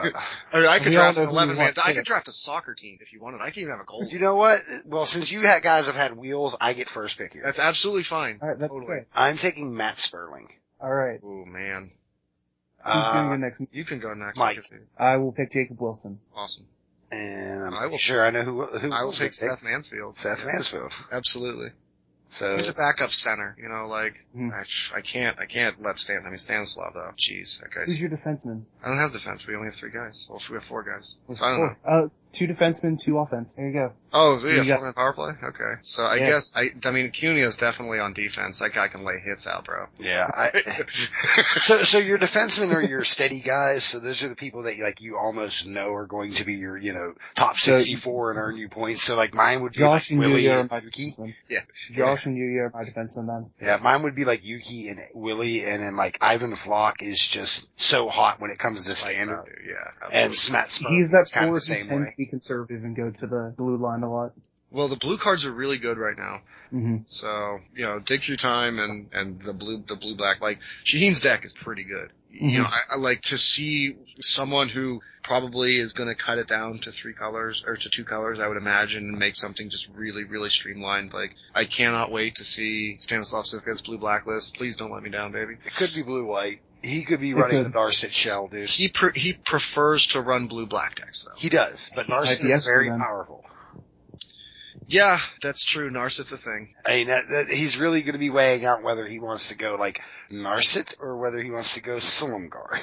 S2: mean, I could
S3: We all
S2: draft
S3: know
S2: an
S3: who we
S2: 11 man.
S3: want to
S2: I could
S3: pick.
S2: draft a soccer team if you wanted. I could even have a goal.
S1: you know what? Well, since you ha- guys have had wheels, I get first pick here.
S2: That's absolutely fine.
S3: All right, that's
S2: totally.
S3: great.
S1: I'm taking Matt Sperling.
S3: All right.
S2: Oh man,
S3: Who's going
S1: Uh,
S3: to go next?
S2: you can go next.
S1: Mike.
S2: if you-
S3: I will pick Jacob Wilson.
S2: Awesome.
S1: and I'm
S2: I will-
S1: sure I know who who
S2: I will
S1: was
S2: take
S1: gonna
S2: Seth Mansfield.
S1: pick. Seth Mansfield.
S2: Absolutely. Mm-hmm.
S1: So
S2: He's a backup center, you know, like,
S3: Mhm.
S2: I, I can't, I can't let Stan, I mean Stanislav though. Jeez, that guy's,
S3: Who's your defenseman?
S2: I don't have defense, we only have three guys. Well, we have four guys.
S3: Who's
S2: I don't know.
S3: four? Uh, two defensemen, two offense. There you go.
S2: Oh, we
S3: You
S2: have
S3: got-
S2: four man power play? Okay. So I
S3: Yeah.
S2: guess, I, I mean, Cuneo's definitely on defense. That guy can lay hits out, bro.
S1: yeah. I, so so your defensemen are your steady guys. So those are the people that like you almost know are going to be your you know top
S3: So-
S1: sixty four and earn you points. So like mine would be
S3: Josh
S1: like
S3: and
S1: Willie
S3: Yuya are
S1: and
S3: my
S1: Yuki.
S3: defensemen.
S2: Yeah.
S3: Josh and Yuya are my defensemen then.
S1: Yeah, mine would be like Yuki and Willie, and then like Ivan Flock is just so hot when it comes to standard.
S2: yeah.
S1: And
S2: absolutely.
S1: Matt Sperling
S3: He's that
S1: is kind of the
S3: forward who
S1: same
S3: tends
S1: way.
S3: to be conservative and go to the blue line a lot.
S2: Well, the blue cards are really good right now.
S3: hmm
S2: So, you know, dig through time and, and the blue, the blue black, like Shaheen's deck is pretty good. You know,
S3: Mhm.
S2: I, I like to see someone who probably is going to cut it down to three colors or to two colors, I would imagine, and make something just really, really streamlined. Like, I cannot wait to see Stanislav Sivka's blue black list. Please don't let me down, baby.
S1: It could be blue white. He could be
S3: It
S1: running
S3: could.
S1: the Narset shell, dude.
S2: He pre- he prefers to run blue black decks though.
S1: He does, but Narset
S3: IPS
S1: is very
S3: for them.
S1: powerful.
S2: Yeah, that's true. Narset's a thing.
S1: I mean, that, that, he's really going to be weighing out whether he wants to go like Narset or whether he wants to go Silumgar.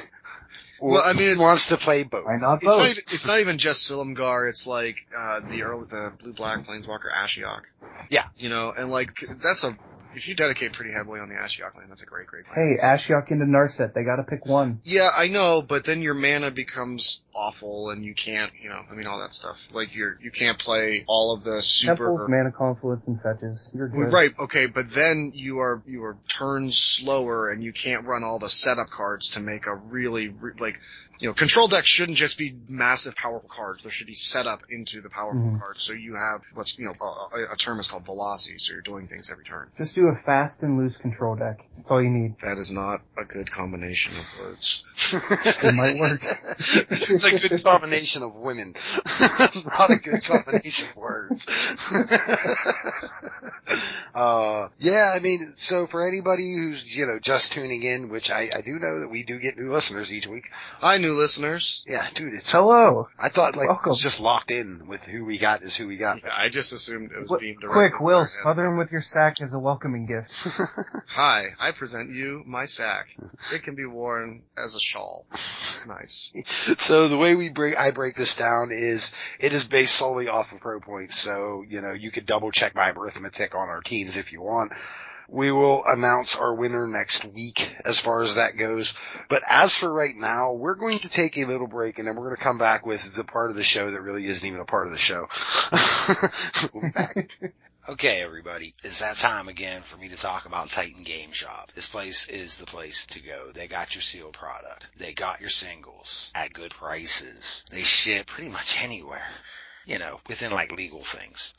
S2: Well, I mean,
S1: he
S2: it's-
S1: wants to play both.
S4: Why not
S2: It's
S4: both?
S2: not, even- it's not even just Silumgar, it's like, uh, the early, the blue black planeswalker Ashiok.
S1: Yeah.
S2: You know, and like, that's a, if you dedicate pretty heavily on the Ashiok land, that's a great, great land.
S4: Hey, Ashiok into Narset. They gotta pick one.
S2: Yeah, I know, but then your mana becomes awful and you can't, you know, I mean, all that stuff. Like, you're, you can't play all of the super.
S4: Temples, mana confluence, and fetches. You're good.
S2: Right, okay, but then you are you are turned slower and you can't run all the setup cards to make a really re- like you know control decks shouldn't just be massive powerful cards. There should be setup into the powerful
S4: Mhm.
S2: cards. So you have what's you know a, a- a term is called velocity. So you're doing things every turn.
S4: Just do a fast and loose control deck. That's all you need.
S2: That is not a good combination of words.
S4: It might work.
S1: it's a good combination of women, not a good combination of words. uh, yeah, I mean, so for anybody who's you know just tuning in, which I, I do know that we do get new listeners each week.
S2: Hi, new listeners.
S1: Yeah, dude, it's
S4: Hello.
S1: I thought like it
S4: Welcome.
S1: was just locked in with who we got is who we got.
S2: I just assumed it was
S4: What-
S2: being directed.
S4: Quick, Will,
S2: at my head.
S4: smother him with your sack as a welcoming gift.
S2: Hi, I present you my sack. It can be worn as a shawl. It's nice.
S1: so the way we break, I break this down is it is based solely off of pro points. So, you know, you could double check my arithmetic on our teams if you want. We will announce our winner next week as far as that goes. But as for right now, we're going to take a little break and then we're going to come back with the part of the show that really isn't even a part of the show. we'll be back. Okay, everybody, it's that time again for me to talk about Titan Game Shop. This place is the place to go. They got your sealed product. They got your singles at good prices. They ship pretty much anywhere, you know, within like legal things.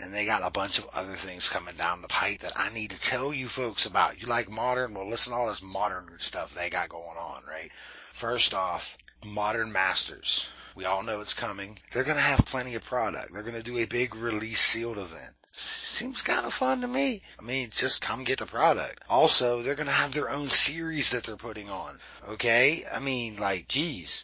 S1: And they got a bunch of other things coming down the pipe that I need to tell you folks about. You like modern? Well, listen to all this modern stuff they got going on, right? First off, Modern Masters. We all know it's coming. They're going to have plenty of product. They're going to do a big release sealed event. Seems kind of fun to me. I mean, just come get the product. Also, they're going to have their own series that they're putting on. Okay? I mean, like, geez.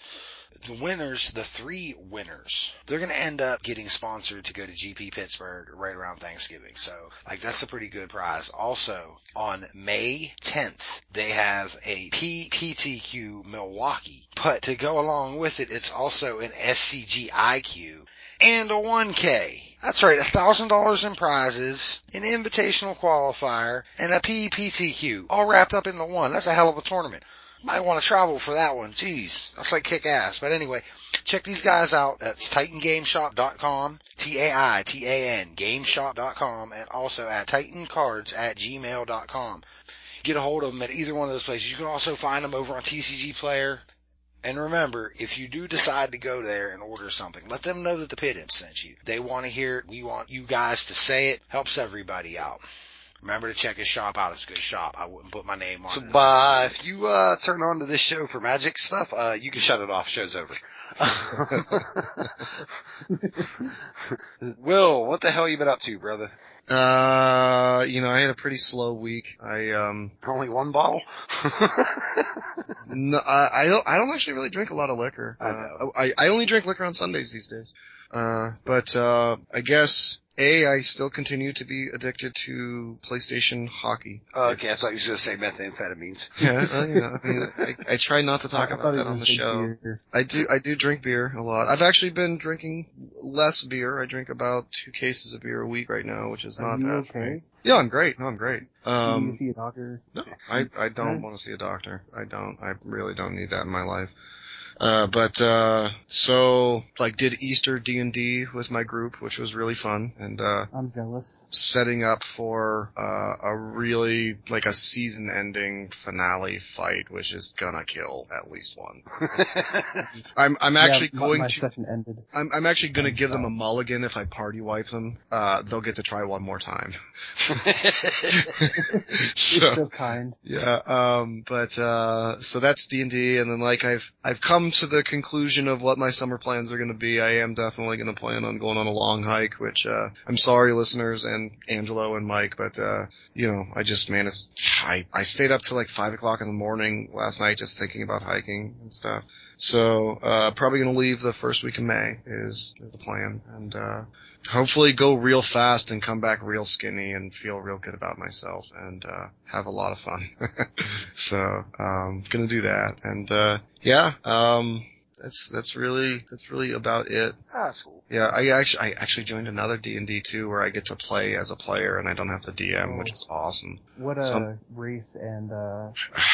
S1: The winners, the three winners, they're going to end up getting sponsored to go to GP Pittsburgh right around Thanksgiving. So, like, that's a pretty good prize. Also, on May 10th, they have a PPTQ Milwaukee. But to go along with it, it's also an SCGIQ and a 1K. That's right, $1,000 in prizes, an invitational qualifier, and a PPTQ, all wrapped up into one. That's a hell of a tournament. Might want to travel for that one. Jeez, that's like kick ass. But anyway, check these guys out. That's TitanGameShop.com, T-A-I-T-A-N, GameShop.com, and also at TitanCards at gmail.com. Get a hold of them at either one of those places. You can also find them over on TCG Player. And remember, if you do decide to go there and order something, let them know that the pit imp sent you. They want to hear it. We want you guys to say it. Helps everybody out. Remember to check his shop out. It's a good shop. I wouldn't put my name on it. So, uh, if you uh, turn on to this show for magic stuff, uh, you can shut it off. Show's over. Will, what the hell you been up to, brother?
S2: Uh, you know, I had a pretty slow week. I um,
S1: Only one bottle?
S2: no, I, I don't, I don't actually really drink a lot of liquor.
S1: I
S2: Uh,
S1: know.
S2: I, I only drink liquor on Sundays these days. Uh, but uh, I guess a, I still continue to be addicted to PlayStation hockey.
S1: okay, I thought you was going to say methamphetamines.
S2: Yeah, well, you know, I, mean, I, I try not to talk
S4: I
S2: about
S4: thought he
S2: that on
S4: was
S2: the
S4: big
S2: show.
S4: beer.
S2: I do, I do drink beer a lot. I've actually been drinking less beer. I drink about two cases of beer a week right now, which is
S4: Are
S2: not
S4: you
S2: that.
S4: okay?
S2: Yeah, I'm great. No, I'm great. Um,
S4: you see a doctor?
S2: No, I, I don't want to see a doctor. I don't. I really don't need that in my life. Uh, but, uh, so, like, did Easter D&D with my group, which was really fun, and, uh,
S4: I'm jealous.
S2: setting up for, uh, a really, like, a season-ending finale fight, which is gonna kill at least one. I'm, I'm actually
S4: yeah, my-
S2: going
S4: my
S2: to,
S4: session ended.
S2: I'm, I'm actually gonna give them a mulligan if I party wipe them. Uh, they'll get to try one more time.
S4: You're
S2: so.
S4: so kind.
S2: Yeah, um, but uh, so that's D and D, and then like I've I've come to the conclusion of what my summer plans are going to be. I am definitely going to plan on going on a long hike, which uh, I'm sorry, listeners and Angelo and Mike, but uh, you know I just man, it's I I stayed up till like five o'clock in the morning last night just thinking about hiking and stuff. So uh, probably going to leave the first week of May is, is the plan, and uh, hopefully go real fast and come back real skinny and feel real good about myself and uh have a lot of fun. so um gonna do that. And uh yeah, um that's that's really that's really about it.
S1: Ah, that's cool.
S2: Yeah, I actually I actually joined another D and D too where I get to play as a player and I don't have to DM, which is awesome.
S3: What a
S2: Some-
S3: race and uh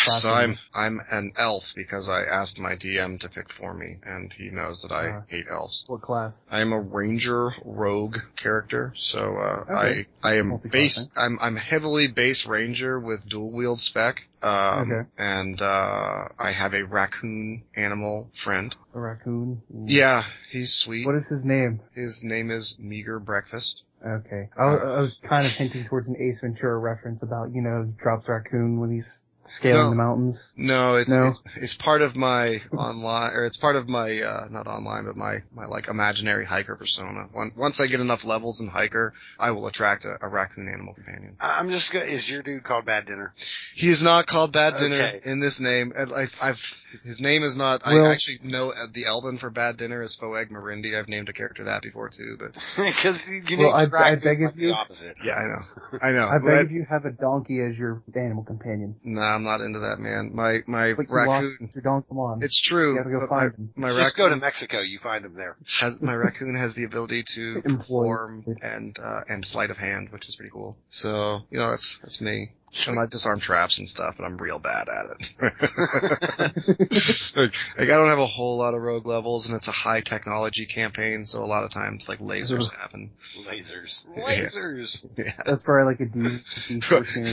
S2: So
S3: Awesome.
S2: I'm I'm an elf because I asked my DM to pick for me and he knows that I
S3: Uh.
S2: hate elves.
S3: what class?
S2: I am a ranger rogue character, so uh,
S3: Okay.
S2: I I am
S3: Multi-class,
S2: base.
S3: huh?
S2: I'm I'm heavily base ranger with dual wield spec, um,
S3: Okay.
S2: and uh, I have a raccoon animal friend.
S3: A raccoon?
S2: Yeah, he's sweet.
S3: What is his name?
S2: His name is Meager Breakfast.
S3: Okay. I, was- I was kind of hinting towards an Ace Ventura reference about, you know, he drops raccoon when he's scaling
S2: No.
S3: the mountains.
S2: No, it's,
S3: No.
S2: it's it's part of my online, or it's part of my uh, not online, but my my like imaginary hiker persona. Once once I get enough levels in hiker, I will attract a, a raccoon animal companion.
S1: I- I'm just gonna, is your dude called Bad Dinner?
S2: He is not called Bad Dinner
S1: Okay.
S2: in this name. And I, I've his name is not.
S3: Well-
S2: I actually know uh, the Elven for Bad Dinner is Foeg Merindi. I've named a character that before too. But
S1: Cause you need
S3: Well, I- I
S1: Dracula,
S3: beg of
S1: like
S3: you.
S1: The opposite.
S2: yeah, I know. I know.
S3: I bet
S2: But-
S3: if you have a donkey as your animal companion.
S2: nah, I'm not into that man. My my
S3: But you
S2: raccoon.
S3: lost your donkey. Come on.
S2: It's true.
S3: You gotta go
S2: but
S3: find him.
S2: my, my
S1: Just go to
S2: raccoon
S1: Mexico, you find him there.
S2: has my raccoon has the ability to
S3: Employee.
S2: perform and uh, and sleight of hand, which is pretty cool. So you know that's that's me. And I disarm traps and stuff, but I'm real bad at it. like, like, I don't have a whole lot of rogue levels, and it's a high technology campaign, so a lot of times like lasers happen.
S1: Lasers. Lasers!
S2: Yeah.
S3: That's probably like a DC 14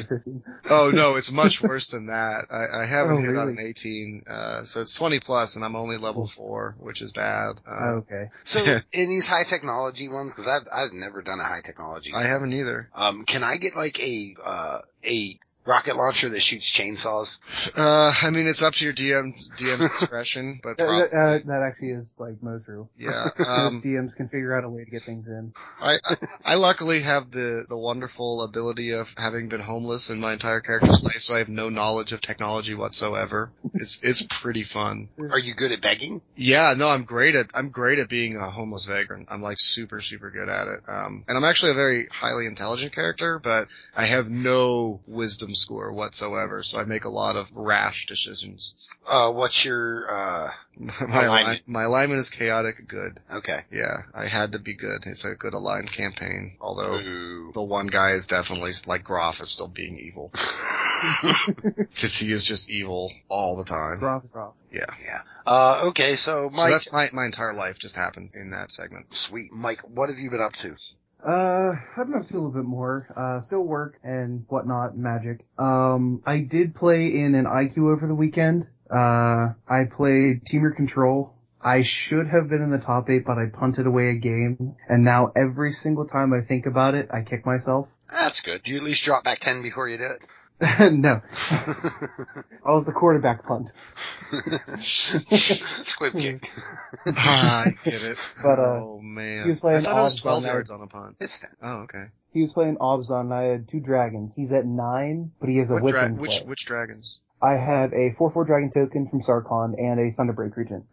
S3: or 15.
S2: Oh no, it's much worse than that. I, I haven't
S3: Oh,
S2: hit on an
S3: really?
S2: 18, uh, so it's 20 plus, and I'm only level four, which is bad.
S3: Oh,
S2: Uh,
S3: okay.
S1: So, in these high technology ones, cause I've, I've never done a high technology.
S2: I haven't either.
S1: Um, can I get like a, uh, a rocket launcher that shoots chainsaws?
S2: Uh, I mean, it's up to your DM DM's discretion, but
S3: Uh,
S2: prob-
S3: uh, that actually is like Mosru.
S2: yeah.
S3: Most
S2: Um,
S3: DMs can figure out a way to get things in.
S2: I, I I luckily have the the wonderful ability of having been homeless in my entire character's life, so I have no knowledge of technology whatsoever. It's it's pretty fun.
S1: Are you good at begging?
S2: Yeah, no, I'm great at I'm great at being a homeless vagrant. I'm like super super good at it. Um, and I'm actually a very highly intelligent character, but I have no wisdom score whatsoever, so I make a lot of rash decisions.
S1: Uh, what's your, uh,
S2: My
S1: Alignment.
S2: alignment. my alignment is chaotic good.
S1: okay.
S2: Yeah, I had to be good. It's a good aligned campaign, although.
S1: Ooh.
S2: the one guy is definitely like Groff is still being evil because he is just evil all the time.
S3: Groff is Groff.
S2: Yeah,
S1: uh, okay, so
S2: so
S1: Mike,
S2: that's my my entire life just happened in that segment.
S1: sweet. Mike, what have you been up to?
S3: Uh, I've been up to a little bit more. Uh, still work and whatnot, magic. Um, I did play in an IQ over the weekend. Uh, I played Teamer Control. I should have been in the top eight, but I punted away a game. And now every single time I think about it, I kick myself.
S1: That's good. Do you at least drop back 10 before you do it?
S3: no, I was the quarterback punt.
S1: Squib kick.
S2: ah, I get it.
S3: But, uh,
S2: oh man,
S3: he was playing
S2: I thought it was
S3: odds
S2: twelve
S3: on that.
S2: yards on a punt.
S1: It's ten.
S2: Oh okay.
S3: He was playing Obzon and I had two dragons. He's at nine, but he has a
S2: What
S3: whip
S2: dra-
S3: in play.
S2: which which dragons?
S3: I have a 4-4 dragon token from Sarkon and a Thunderbreak regent.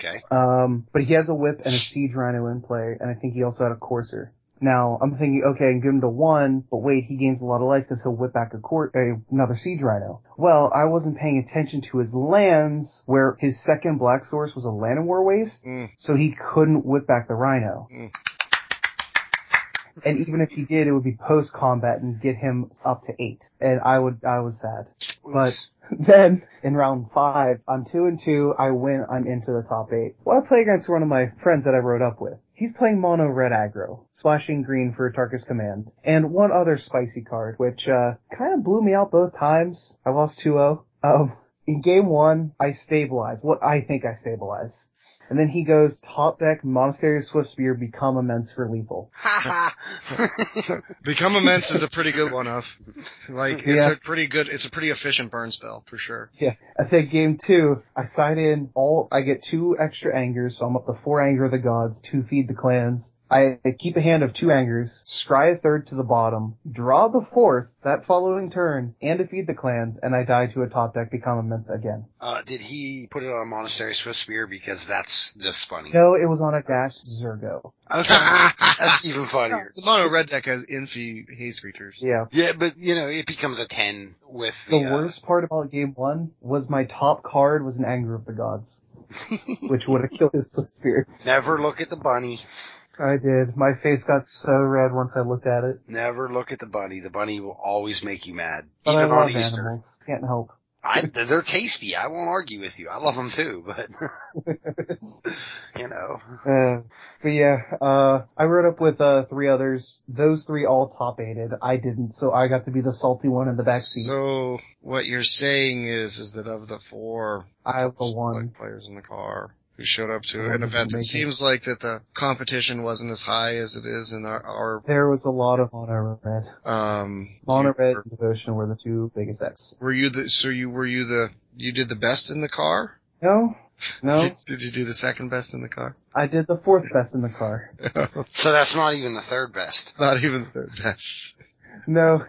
S1: Okay.
S3: Um, but he has a whip and a siege rhino in play, and I think he also had a courser. Now I'm thinking, okay, and give him to one, but wait, he gains a lot of life because he'll whip back a court uh, another siege rhino. Well, I wasn't paying attention to his lands, where his second black source was a land and war waste,
S2: Mm.
S3: so he couldn't whip back the rhino.
S2: Mm.
S3: And even if he did, it would be post combat and get him up to eight, and I would I was sad. But- Then in round five, I'm two and two. I win. I'm into the top eight. Well, I play against one of my friends that I rode up with. He's playing mono red aggro, splashing green for Tarkus Command, and one other spicy card, which uh, kind of blew me out both times. I lost 2-0. Um, in game one, I stabilize. What I think I stabilize. And then he goes top deck Monastery of Swift Spear, become immense for lethal.
S1: Ha ha.
S2: Become immense is a pretty good one of. Like it's
S3: Yeah.
S2: a pretty good, it's a pretty efficient burn spell for sure.
S3: Yeah. I think game two, I sign in all, I get two extra angers, so I'm up to four anger of the gods, two feed the clans. I keep a hand of two angers, scry a third to the bottom, draw the fourth that following turn, and defeat the clans, and I die to a top deck become immense again.
S4: Uh, did he put it on a monastery swift spear because that's just funny?
S3: No, it was on a dash Zergo.
S4: Okay, that's even funnier.
S2: The mono red deck has infi haze creatures.
S3: Yeah.
S4: Yeah, but you know it becomes a ten with
S3: The
S4: the, uh,
S3: worst part about game one was my top card was an anger of the gods, which would have killed his Swift Spear.
S4: Never look at the bunny.
S3: I did. My face got so red once I looked at it.
S4: Never look at the bunny. The bunny will always make you mad,
S3: But I
S4: even
S3: love
S4: on Easter.
S3: animals. Can't help.
S4: I, they're tasty. I won't argue with you. I love them too, but you know,
S3: Uh, but yeah, uh, I rode up with uh, three others. Those three all top aided. I didn't, so I got to be the salty one in the back seat.
S2: So what you're saying is, is that of the four
S3: I was the
S2: Just
S3: one.
S2: like players in the car who showed up
S3: The
S2: to
S3: one
S2: an
S3: who
S2: event.
S3: didn't
S2: It
S3: make
S2: seems like that the competition wasn't as high as it is in our, our
S3: There was a lot of mono red.
S2: um.
S3: Mono
S2: you-
S3: red and devotion were the two biggest X.
S2: Were you the so you were you the you did the best in the car?
S3: No, no,
S2: Did, did you do the second best in the car?
S3: I did the fourth best in the car.
S4: so that's not even the third best.
S2: Not even the third best.
S3: No,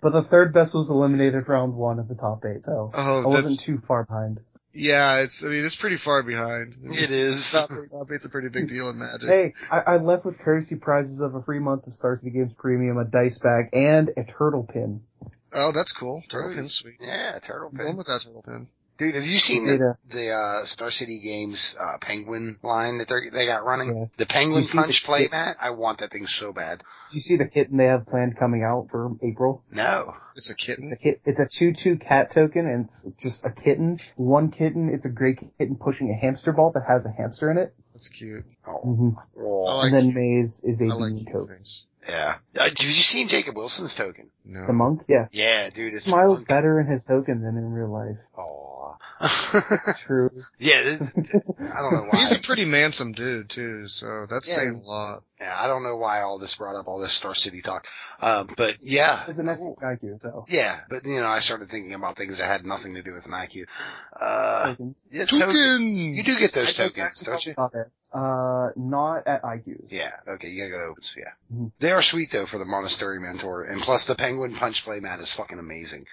S3: but the third best was eliminated round one at the top eight, so I
S2: oh,
S3: wasn't
S2: that's
S3: too far behind.
S2: yeah. It's I mean it's pretty far behind.
S4: It is.
S2: Top eight, top eight's a pretty big deal in Magic.
S3: Hey, I, I left with courtesy prizes of a free month of Star City Games Premium, a dice bag, and a turtle pin.
S2: Oh, that's cool. Turtle pin's sweet.
S4: Yeah, turtle
S2: One
S4: pin.
S2: with that turtle pin.
S4: Dude, have you seen the,
S3: Data.
S4: the uh, Star City Games uh, penguin line that they they got running?
S3: Yeah.
S4: The penguin
S3: You see
S4: punch
S3: the-
S4: play mat? I want that thing so bad.
S3: Do you see the kitten they have planned coming out for April?
S4: No.
S2: It's a kitten.
S3: The kit, it's a 2-2 cat token and it's just a kitten. One kitten, it's a gray kitten pushing a hamster ball that has a hamster in it.
S2: That's cute.
S4: Oh.
S3: Mm-hmm.
S2: I
S4: Oh,
S2: like
S3: and then Maze is a
S2: I like
S3: beanie
S2: cute
S3: token.
S2: things.
S4: yeah. Uh, have you seen Jacob Wilson's token?
S2: No.
S3: The monk? Yeah.
S4: Yeah, dude. It's
S3: Smiles
S4: fun.
S3: better in his token than in real life.
S4: Aw.
S3: It's true.
S4: yeah, th- th- I don't know why.
S2: He's a pretty mansome dude too, so that's
S4: Yeah.
S2: saying a lot.
S4: Yeah, I don't know why all this brought up all this Star City talk. Um, but yeah.
S3: It's an
S4: Cool.
S3: SQ, so.
S4: Yeah, but you know, I started thinking about things that had nothing to do with an IQ. Uh,
S3: Tokens.
S4: yeah,
S2: Tokens!
S4: You do get those
S3: I think
S4: tokens,
S3: that's
S4: don't you?
S3: about it. Uh, not at IQs.
S4: Yeah, okay, you gotta go to opens, yeah.
S2: Mm-hmm.
S3: Mhm.
S4: They are sweet though for the monastery mentor, and plus the penguin punch play mat is fucking amazing.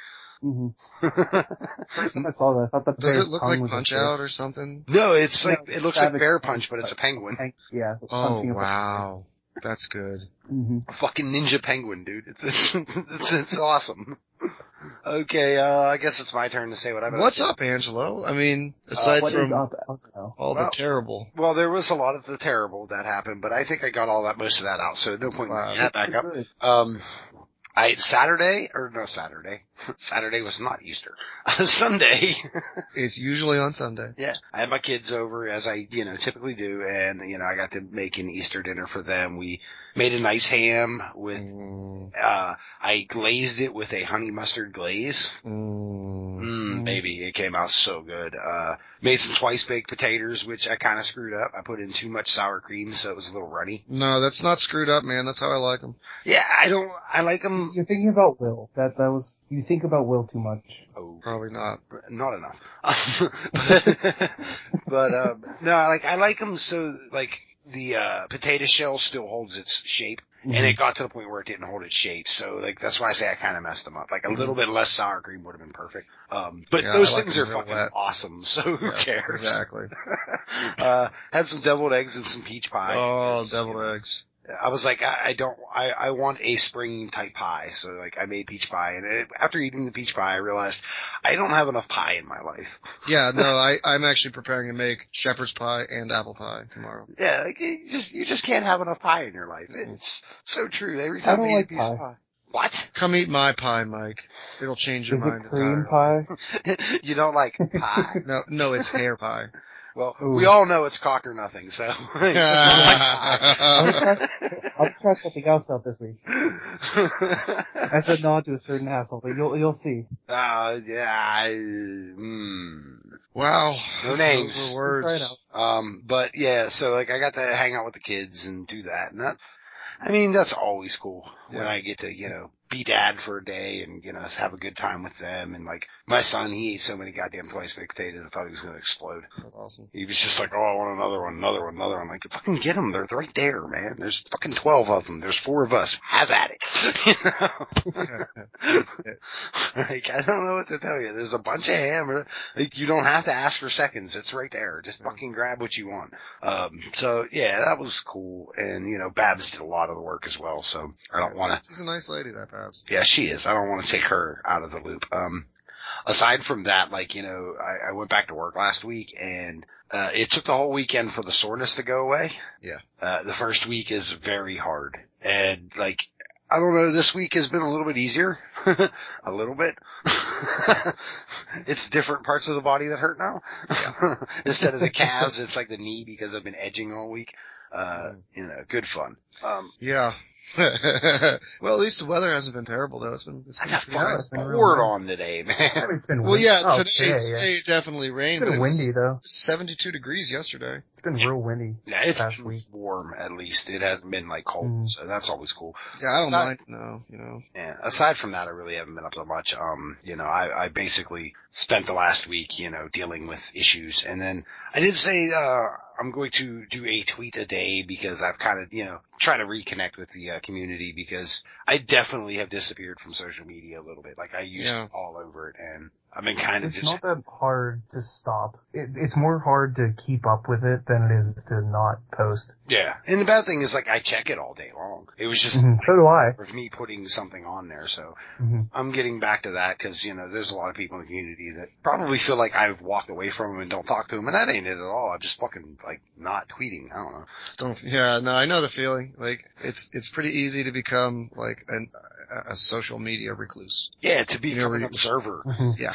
S3: hmm
S4: no,
S3: I saw that. I thought the
S2: Does
S3: bear's
S2: it look
S3: tongue
S2: like
S3: was a
S2: Punch
S3: fish.
S2: Out or something?
S4: it's
S3: No,
S4: like, it looks
S3: savage
S4: like bear
S3: punch
S4: punch, but it's a
S3: play.
S4: penguin.
S3: Tank- Yeah. it's
S2: Oh
S3: punching a-
S2: wow, that's good.
S3: Mhm.
S4: A fucking ninja penguin, dude. It's, it's, it's, it's awesome. Okay, uh, I guess it's my turn to say what I've been
S2: What's
S4: to.
S2: up, Angelo? I mean, aside
S3: Uh, What is
S2: from
S3: up? I don't know.
S2: all
S4: Well,
S2: the terrible,
S4: Well, there was a lot of the terrible that happened, but I think I got all that, most of that out, so no point in bringing that back up.
S3: Good.
S4: Um, I Saturday or no Saturday. Saturday was not Easter. Sunday.
S2: it's usually on Sunday.
S4: yeah, I had my kids over as I you know typically do, and you know I got to make an Easter dinner for them. We made a nice ham with.
S2: Mm,
S4: Uh, I glazed it with a honey mustard glaze.
S2: mm.
S4: Mm,
S3: Mm.
S4: baby, it came out so good. Uh, made some twice baked potatoes, which I kind of screwed up. I put in too much sour cream, so it was a little runny.
S2: No, that's not screwed up, man. That's how I like them.
S4: Yeah, I don't. I like them.
S3: You're thinking about Will. That that was. You think about Will too much.
S4: Oh,
S2: Probably not.
S4: not enough. but but um, no, like I like them so like the uh, potato shell still holds its
S2: Mm-hmm.
S4: shape,
S3: Mm-hmm.
S4: and it got to the point where it didn't hold its shape. So like that's why I say I kind of messed them up. Like a little bit less sour cream would have been perfect. Um, but
S2: Mm-hmm. Yeah,
S4: those
S2: I like
S4: things
S2: 'em
S4: are
S2: real
S4: fucking
S2: wet.
S4: awesome. So who
S2: Yeah,
S4: cares?
S2: Exactly.
S4: uh, had some deviled eggs and some peach pie.
S2: oh,
S4: It's, you
S2: deviled
S4: know,
S2: eggs.
S4: I was like, I, I don't, I, I want a spring type pie. So like I made peach pie and it, after eating the peach pie, I realized I don't have enough pie in my life.
S2: Yeah, no, I, I'm actually preparing to make shepherd's pie and apple pie tomorrow.
S4: Yeah. Like you just, you just can't have enough pie in your life. It's so true. Every time I,
S3: don't
S4: eat
S3: like
S4: a piece of pie. What?
S2: Come eat my pie, Mike. It'll change your
S3: Is
S2: mind.
S3: it cream
S2: entirely.
S3: pie?
S4: you don't like pie?
S2: No, no, it's hair pie.
S4: Well,
S3: Ooh.
S4: we all know it's cock or nothing. So
S2: Ah.
S3: I'll try something else out this week. As a nod to a certain asshole, but you'll you'll see.
S4: Uh, yeah. I, mm.
S2: Wow.
S4: No names.
S2: Those were
S3: Try it
S2: words.
S3: out.
S4: Um, but yeah, so like I got to hang out with the kids and do that, and that, I mean that's always cool when
S2: Yeah.
S4: I get to you know be dad for a day and, you know, have a good time with them. And like my son, he ate so many goddamn twice baked potatoes. I thought he was going to explode.
S2: That's awesome.
S4: He was just like, oh, I want another one, another one, another one. I'm like, fucking get them. They're right there, man. There's fucking 12 of them. There's four of us. Have at it. You know? like, I don't know what to tell you. There's a bunch of ham. Like, you don't have to ask for seconds. It's right there. Just fucking grab what you want. Um, so yeah, that was cool. And, you know, Babs did a lot of the work as well. So I don't want to
S2: She's a nice lady, that Babs.
S4: yeah, she is. I don't want to take her out of the loop. Um, aside from that, like, you know, I, I went back to work last week and, uh, it took the whole weekend for the soreness to go away.
S2: Yeah.
S4: Uh, the first week is very hard and like, I don't know, this week has been a little bit easier. a little bit. it's different parts of the body that hurt now. Instead of the calves, it's like the knee because I've been edging all week. Uh, you know, good fun. Um,
S2: Yeah. well, at least the weather hasn't been terrible though. It's been it's
S4: I
S2: been
S4: got
S2: pretty nice.
S4: fucking poured on today, man.
S3: It's been
S2: Well,
S3: windy.
S2: yeah,
S3: Oh,
S2: today,
S3: today, yeah.
S2: today it definitely rained.
S3: It's been
S2: but it was
S3: windy though.
S2: 72 degrees yesterday.
S3: It's been real windy.
S4: Yeah, it's
S3: Past
S4: been
S3: week.
S4: warm at least. It hasn't been like cold,
S3: Mm.
S4: so that's always cool.
S2: Yeah, I don't
S4: It's not-
S2: mind. No, you know.
S4: Yeah. Aside from that, I really haven't been up to much. Um, you know, I, I basically spent the last week, you know, dealing with issues, and then I did say uh, I'm going to do a tweet a day because I've kind of, you know, try to reconnect with the uh, community because I definitely have disappeared from social media a little bit. Like I used
S2: Yeah.
S4: to be all over it, and I've been kind of
S3: It's
S4: just
S3: not that hard to stop. It, it's more hard to keep up with it than it is to not post.
S4: yeah. And the bad thing is like I check it all day long. It was just
S3: Mhm, So do I.
S4: of me putting something on there. So
S3: Mhm.
S4: I'm getting back to that because, you know, there's a lot of people in the community that probably feel like I've walked away from them and don't talk to them. And that ain't it at all. I'm just fucking like not tweeting. I don't know.
S2: Don't. Yeah, no, I know the feeling. Like it's it's pretty easy to become like an, a, a social media recluse.
S4: Yeah, to be
S2: You know,
S4: an
S2: we-
S4: observer.
S3: Mhm.
S2: Yeah,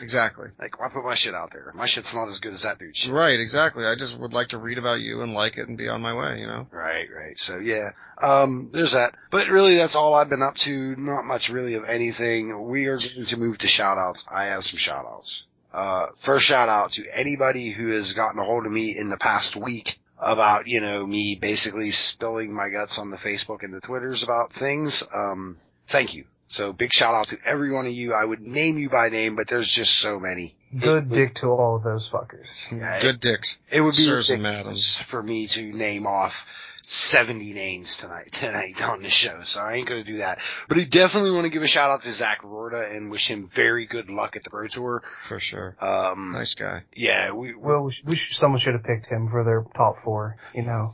S2: exactly.
S4: like, why put my shit out there? My shit's not as good as that dude's shit.
S2: Right, exactly. I just would like to read about you and like it and be on my way. You know.
S4: Right, right. So yeah, um, there's that. But really, that's all I've been up to. Not much really of anything. We are going to move to shout outs. I have some shout outs. Uh, first shout out to anybody who has gotten a hold of me in the past week about, you know, me basically spilling my guts on the Facebook and the Twitters about things. Um, thank you. So big shout out to every one of you. I would name you by name, but there's just so many.
S3: Good dick to all of those fuckers.
S4: Yeah,
S2: Good dicks.
S4: It would be
S2: Sirs and
S4: ridiculous for me to name off 70 names tonight, tonight on the show, so I ain't gonna do that. But I definitely want to give a shout out to Zach Rorta and wish him very good luck at the Pro Tour.
S2: for sure.
S4: Um,
S2: Nice guy.
S4: yeah, we, we-
S3: Well, we should, we should, someone should have picked him for their top four. You know,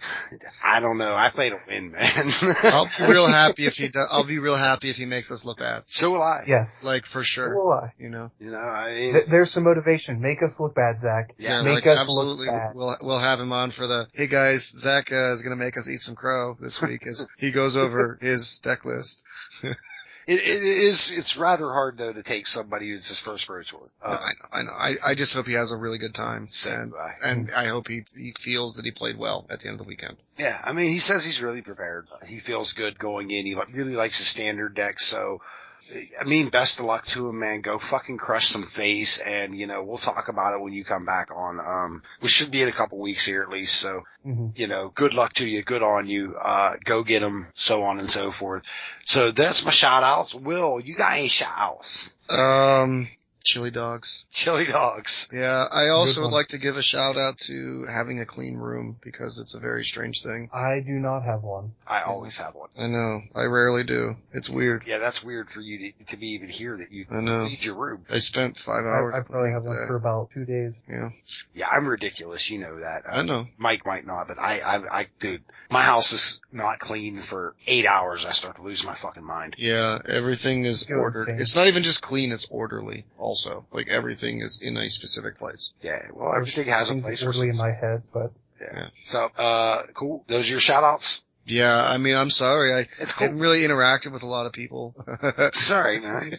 S4: I don't know, I played a win, man.
S2: I'll be real happy if he. Do, I'll be real happy if he makes us look bad.
S4: so will I.
S3: yes.
S2: Like for sure.
S3: Well, I-
S2: You know.
S4: You know, I mean,
S3: th- there's some motivation. Make us look bad, Zach.
S2: Yeah,
S3: Make
S2: like,
S3: us
S2: absolutely.
S3: look bad.
S2: We'll we'll have him on for the hey guys, Zach uh, is gonna make us eat some crow this week as he goes over his deck list.
S4: it, it is, it's rather hard though to take somebody who's his first Pro Tour.
S2: No, I
S4: Uh,
S2: know, I know. I, I just hope he has a really good time,
S4: so,
S2: and
S4: uh,
S2: and I hope he he feels that he played well at the end of the weekend.
S4: Yeah, I mean, he says he's really prepared. He feels good going in. He li- really likes his standard deck, so. I mean, best of luck to him, man. Go fucking crush some face, and you know we'll talk about it when you come back on. Um, which should be in a couple weeks here at least. So
S3: Mhm.
S4: you know, good luck to you, good on you. Uh, go get him, so on and so forth. So that's my shout outs. Will you got any shout outs?
S2: Um, chili dogs.
S4: Chili dogs.
S2: Yeah, I also
S3: Good
S2: would
S3: one.
S2: like to give a shout out to having a clean room because it's a very strange thing.
S3: I do not have one.
S4: I always have one.
S2: I know. I rarely do. It's weird.
S4: Yeah, that's weird for you to, to be even here that you
S2: I know.
S4: leave your room.
S2: I spent five hours.
S3: I, I probably have one
S2: today.
S3: for about two days.
S2: Yeah,
S4: Yeah, I'm ridiculous. You know that. Uh,
S2: I know.
S4: Mike might not, but I, I, I, dude, my house is not clean for eight hours. I start to lose my fucking mind.
S2: Yeah, everything is
S3: Good
S2: ordered.
S3: thing.
S2: It's not even just clean, it's orderly also. Like everything is in a specific place.
S4: Yeah, well, everything has a
S3: Things
S4: place. For
S3: orderly in
S4: something.
S3: my head, but
S4: so, uh, cool. Those are your shout outs.
S2: Yeah, I mean, I'm sorry.
S4: It's
S2: I haven't
S4: cool.
S2: really interacted with a lot of people.
S4: Sorry, man.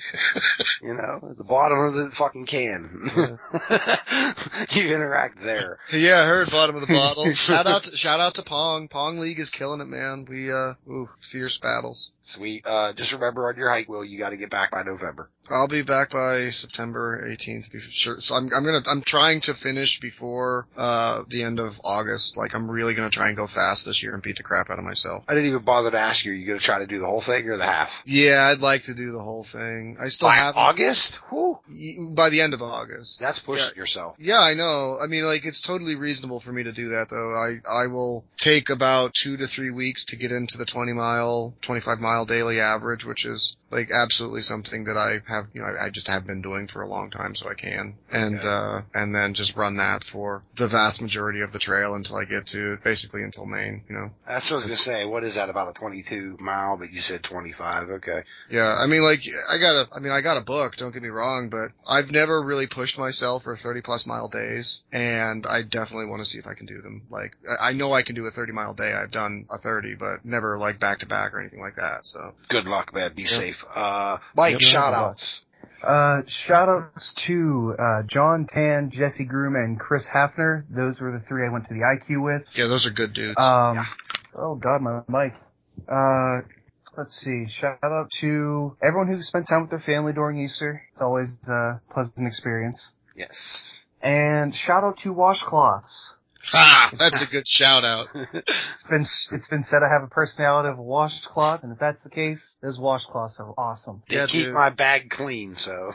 S4: you know, at the bottom of the fucking can. you interact there.
S2: yeah, I heard bottom of the bottle. shout out to, shout out to Pong. Pong League is killing it, man. We uh ooh, fierce battles.
S4: Sweet. Uh, just remember on your hike, Will, you gotta get back by November.
S2: I'll be back by September 18th. be- Sure. So I'm, I'm gonna, I'm trying to finish before, uh, the end of August. Like, I'm really gonna try and go fast this year and beat the crap out of myself.
S4: I didn't even bother to ask you. Are you going to try to do the whole thing or the half?
S2: Yeah, I'd like to do the whole thing. I still
S4: By
S2: haven't.
S4: August? Whew,
S2: Y- By the end of August.
S4: that's pushing yourself.
S2: Yeah, I know. I mean, like, it's totally reasonable for me to do that, though. I, I will take about two to three weeks to get into the 20 mile, 25 mile daily average, which is, like, absolutely something that I have, you know, I, I just have been doing for a long time, so I can. And,
S4: Okay.
S2: uh, and then just run that for the vast majority of the trail until I get to, basically until Maine, you know.
S4: That's what I was going to say. What is that? About a 22 mile, but you said 25. Okay.
S2: Yeah, I mean, like, I got a, I mean, I got a book, don't get me wrong, but I've never really pushed myself for 30 plus mile days, and I definitely want to see if I can do them. Like, I I know I can do a 30 mile day, I've done a 30, but never like back to back or anything like that, so.
S4: Good luck, man. Be
S3: Yep.
S4: safe. Uh, Mike,
S3: Yep.
S4: shout outs.
S3: Uh, shout outs to, uh, John Tan, Jesse Groom, and Chris Hafner. Those were the three I went to the IQ with.
S2: Yeah, those are good dudes.
S3: Um, oh god, my mic. Uh, let's see. Shout out to everyone who spent time with their family during Easter. It's always a pleasant experience.
S4: Yes.
S3: And shout out to washcloths.
S2: ah, that's a good shout out.
S3: It's been it's been said I have a personality of a washcloth, and if that's the case, those washcloths are awesome.
S4: They
S2: Yeah,
S4: keep
S2: dude.
S4: my bag clean, so.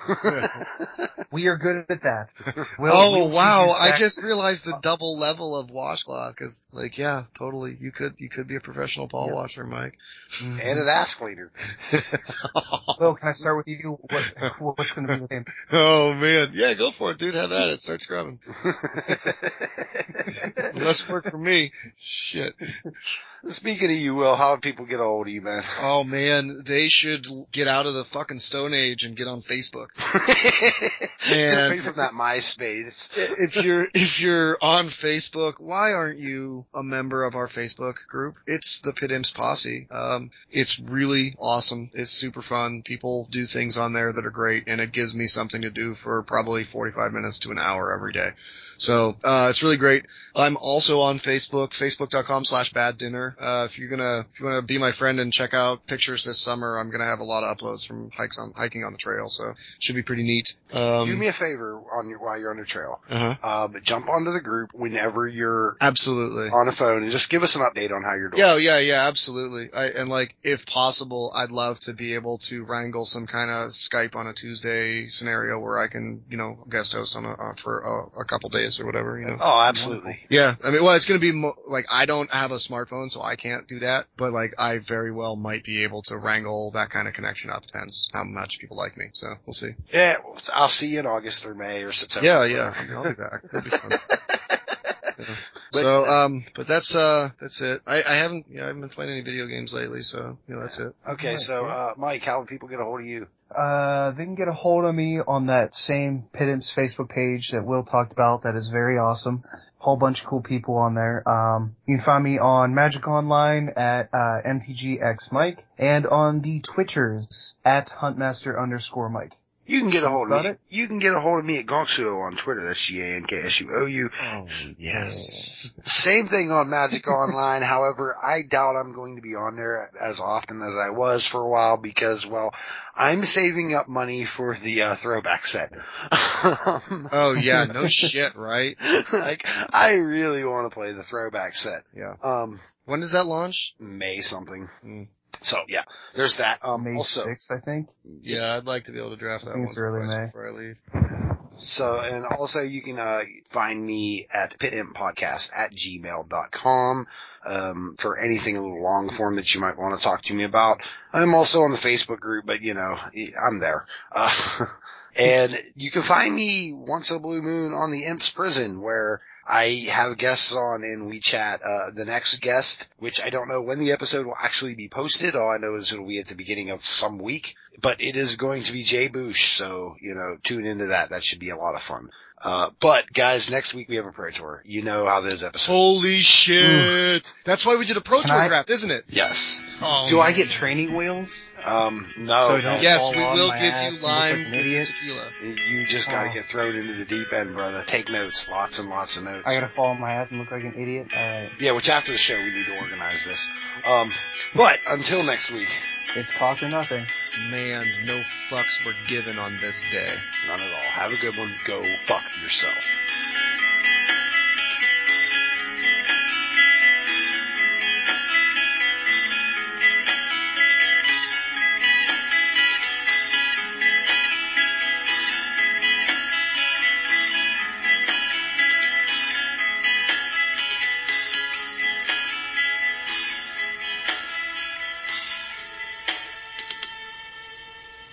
S3: We are good at that. We'll-
S2: oh
S3: we'll
S2: wow,
S3: use that-
S2: I just realized the double level of washcloth, cause like, yeah, totally, you could, you could be a professional ball
S3: Yeah.
S2: washer, Mike.
S4: and an ass cleaner.
S3: Will, can I start with you? What, what's going to be the name?
S2: oh man, yeah, go for it, dude, have at it, start scrubbing. Less work for me. Shit.
S4: Speaking of you, Will, how do people get a hold of you, man?
S2: Oh man, they should get out of the fucking stone age and get on Facebook. Oh,
S4: Get away
S2: And-
S4: from that MySpace.
S2: If you're, if you're on Facebook, why aren't you a member of our Facebook group? It's the Pit Imps Posse. Um, it's really awesome. It's super fun. People do things on there that are great and it gives me something to do for probably 45 minutes to an hour every day. So, uh, it's really great. I'm also on Facebook, facebook.com slash bad dinner. Uh, if you're gonna, if you wanna be my friend and check out pictures this summer, I'm gonna have a lot of uploads from hikes on, hiking on the trail. So should be pretty neat. Um,
S4: Do me a favor on your, while you're on the trail.
S2: uh-huh.
S4: Uh, but jump onto the group whenever you're
S2: absolutely.
S4: on the phone and just give us an update on how you're doing.
S2: Yeah, yeah, yeah, absolutely. I, and like, if possible, I'd love to be able to wrangle some kind of Skype on a Tuesday scenario where I can, you know, guest host on a, uh, for a, a couple days or whatever, you know.
S4: Oh, absolutely.
S2: Yeah, I mean, well, it's going to be mo- like I don't have a smartphone, so I can't do that. But like, I very well might be able to wrangle that kind of connection up. Depends how much people like me, so we'll see.
S4: Yeah, I'll see you in August or May or September.
S2: Yeah, yeah, I mean, I'll be back. It'll be fun. Yeah. So, um, but that's uh, that's it. I, I haven't, you know, I haven't been playing any video games lately, so you know, that's it.
S4: Okay, so uh, Mike, how do people get a hold of you?
S3: Uh, they can get a hold of me on that same Pittance Facebook page that Will talked about. That is very awesome. Whole bunch of cool people on there. Um, you can find me on Magic Online at uh, MTGXMike and on the Twitchers at Huntmaster underscore Mike.
S4: You can get a hold of
S3: Got
S4: me.
S3: it?
S4: You can get a hold of me at Gonksuo on Twitter. That's G-A-N-K-S-U-O-U.
S2: Oh
S3: yes.
S4: Same thing on Magic Online. However, I doubt I'm going to be on there as often as I was for a while because, well, I'm saving up money for the uh, throwback set. Um,
S2: Oh yeah, no shit, right?
S4: like, I really want to play the throwback set.
S2: Yeah.
S4: Um,
S2: When does that launch?
S4: May something.
S2: Mm.
S4: So yeah, there's that. Um,
S3: Hmm. May
S4: also,
S3: 6th, I think.
S2: Yeah, I'd like to be able to draft that
S3: think
S2: one
S3: it's early
S2: twice
S3: May.
S2: before I leave.
S4: So, and also you can, uh, find me at pitimppodcast at gmail.com, um, for anything a little long form that you might want to talk to me about. I'm also on the Facebook group, but you know, I'm there. Uh, and you can find me once a blue moon on the Imps Prison where I have guests on and we chat. Uh, the next guest, which I don't know when the episode will actually be posted. All I know is it'll be at the beginning of some week but it is going to be Jay Bush, so you know, tune into that. That should be a lot of fun. Uh, but guys, next week we have a pro tour. You know how those episodes.
S2: Holy shit! That's why we did a pro
S3: Can
S2: tour
S3: I-
S2: draft, isn't it?
S4: Yes.
S2: Oh,
S5: Do I get training wheels?
S4: Um. No.
S5: So
S4: no.
S5: don't-
S2: Yes,
S5: fall
S2: we
S5: on
S2: will
S5: my
S2: give
S5: ass
S2: you
S5: and look
S2: lime
S5: like an
S2: with
S5: idiot?
S2: tequila.
S4: You just gotta
S3: Oh.
S4: get thrown into the deep end, brother. Take notes, lots and lots of notes.
S3: I gotta fall on my ass and look like an idiot. Alright.
S4: Yeah, which after the show we need to organize this. Um. But until next week.
S3: It's cock or nothing.
S2: Man, no fucks were given on this day.
S4: None at all. Have a good one. Go fuck yourself.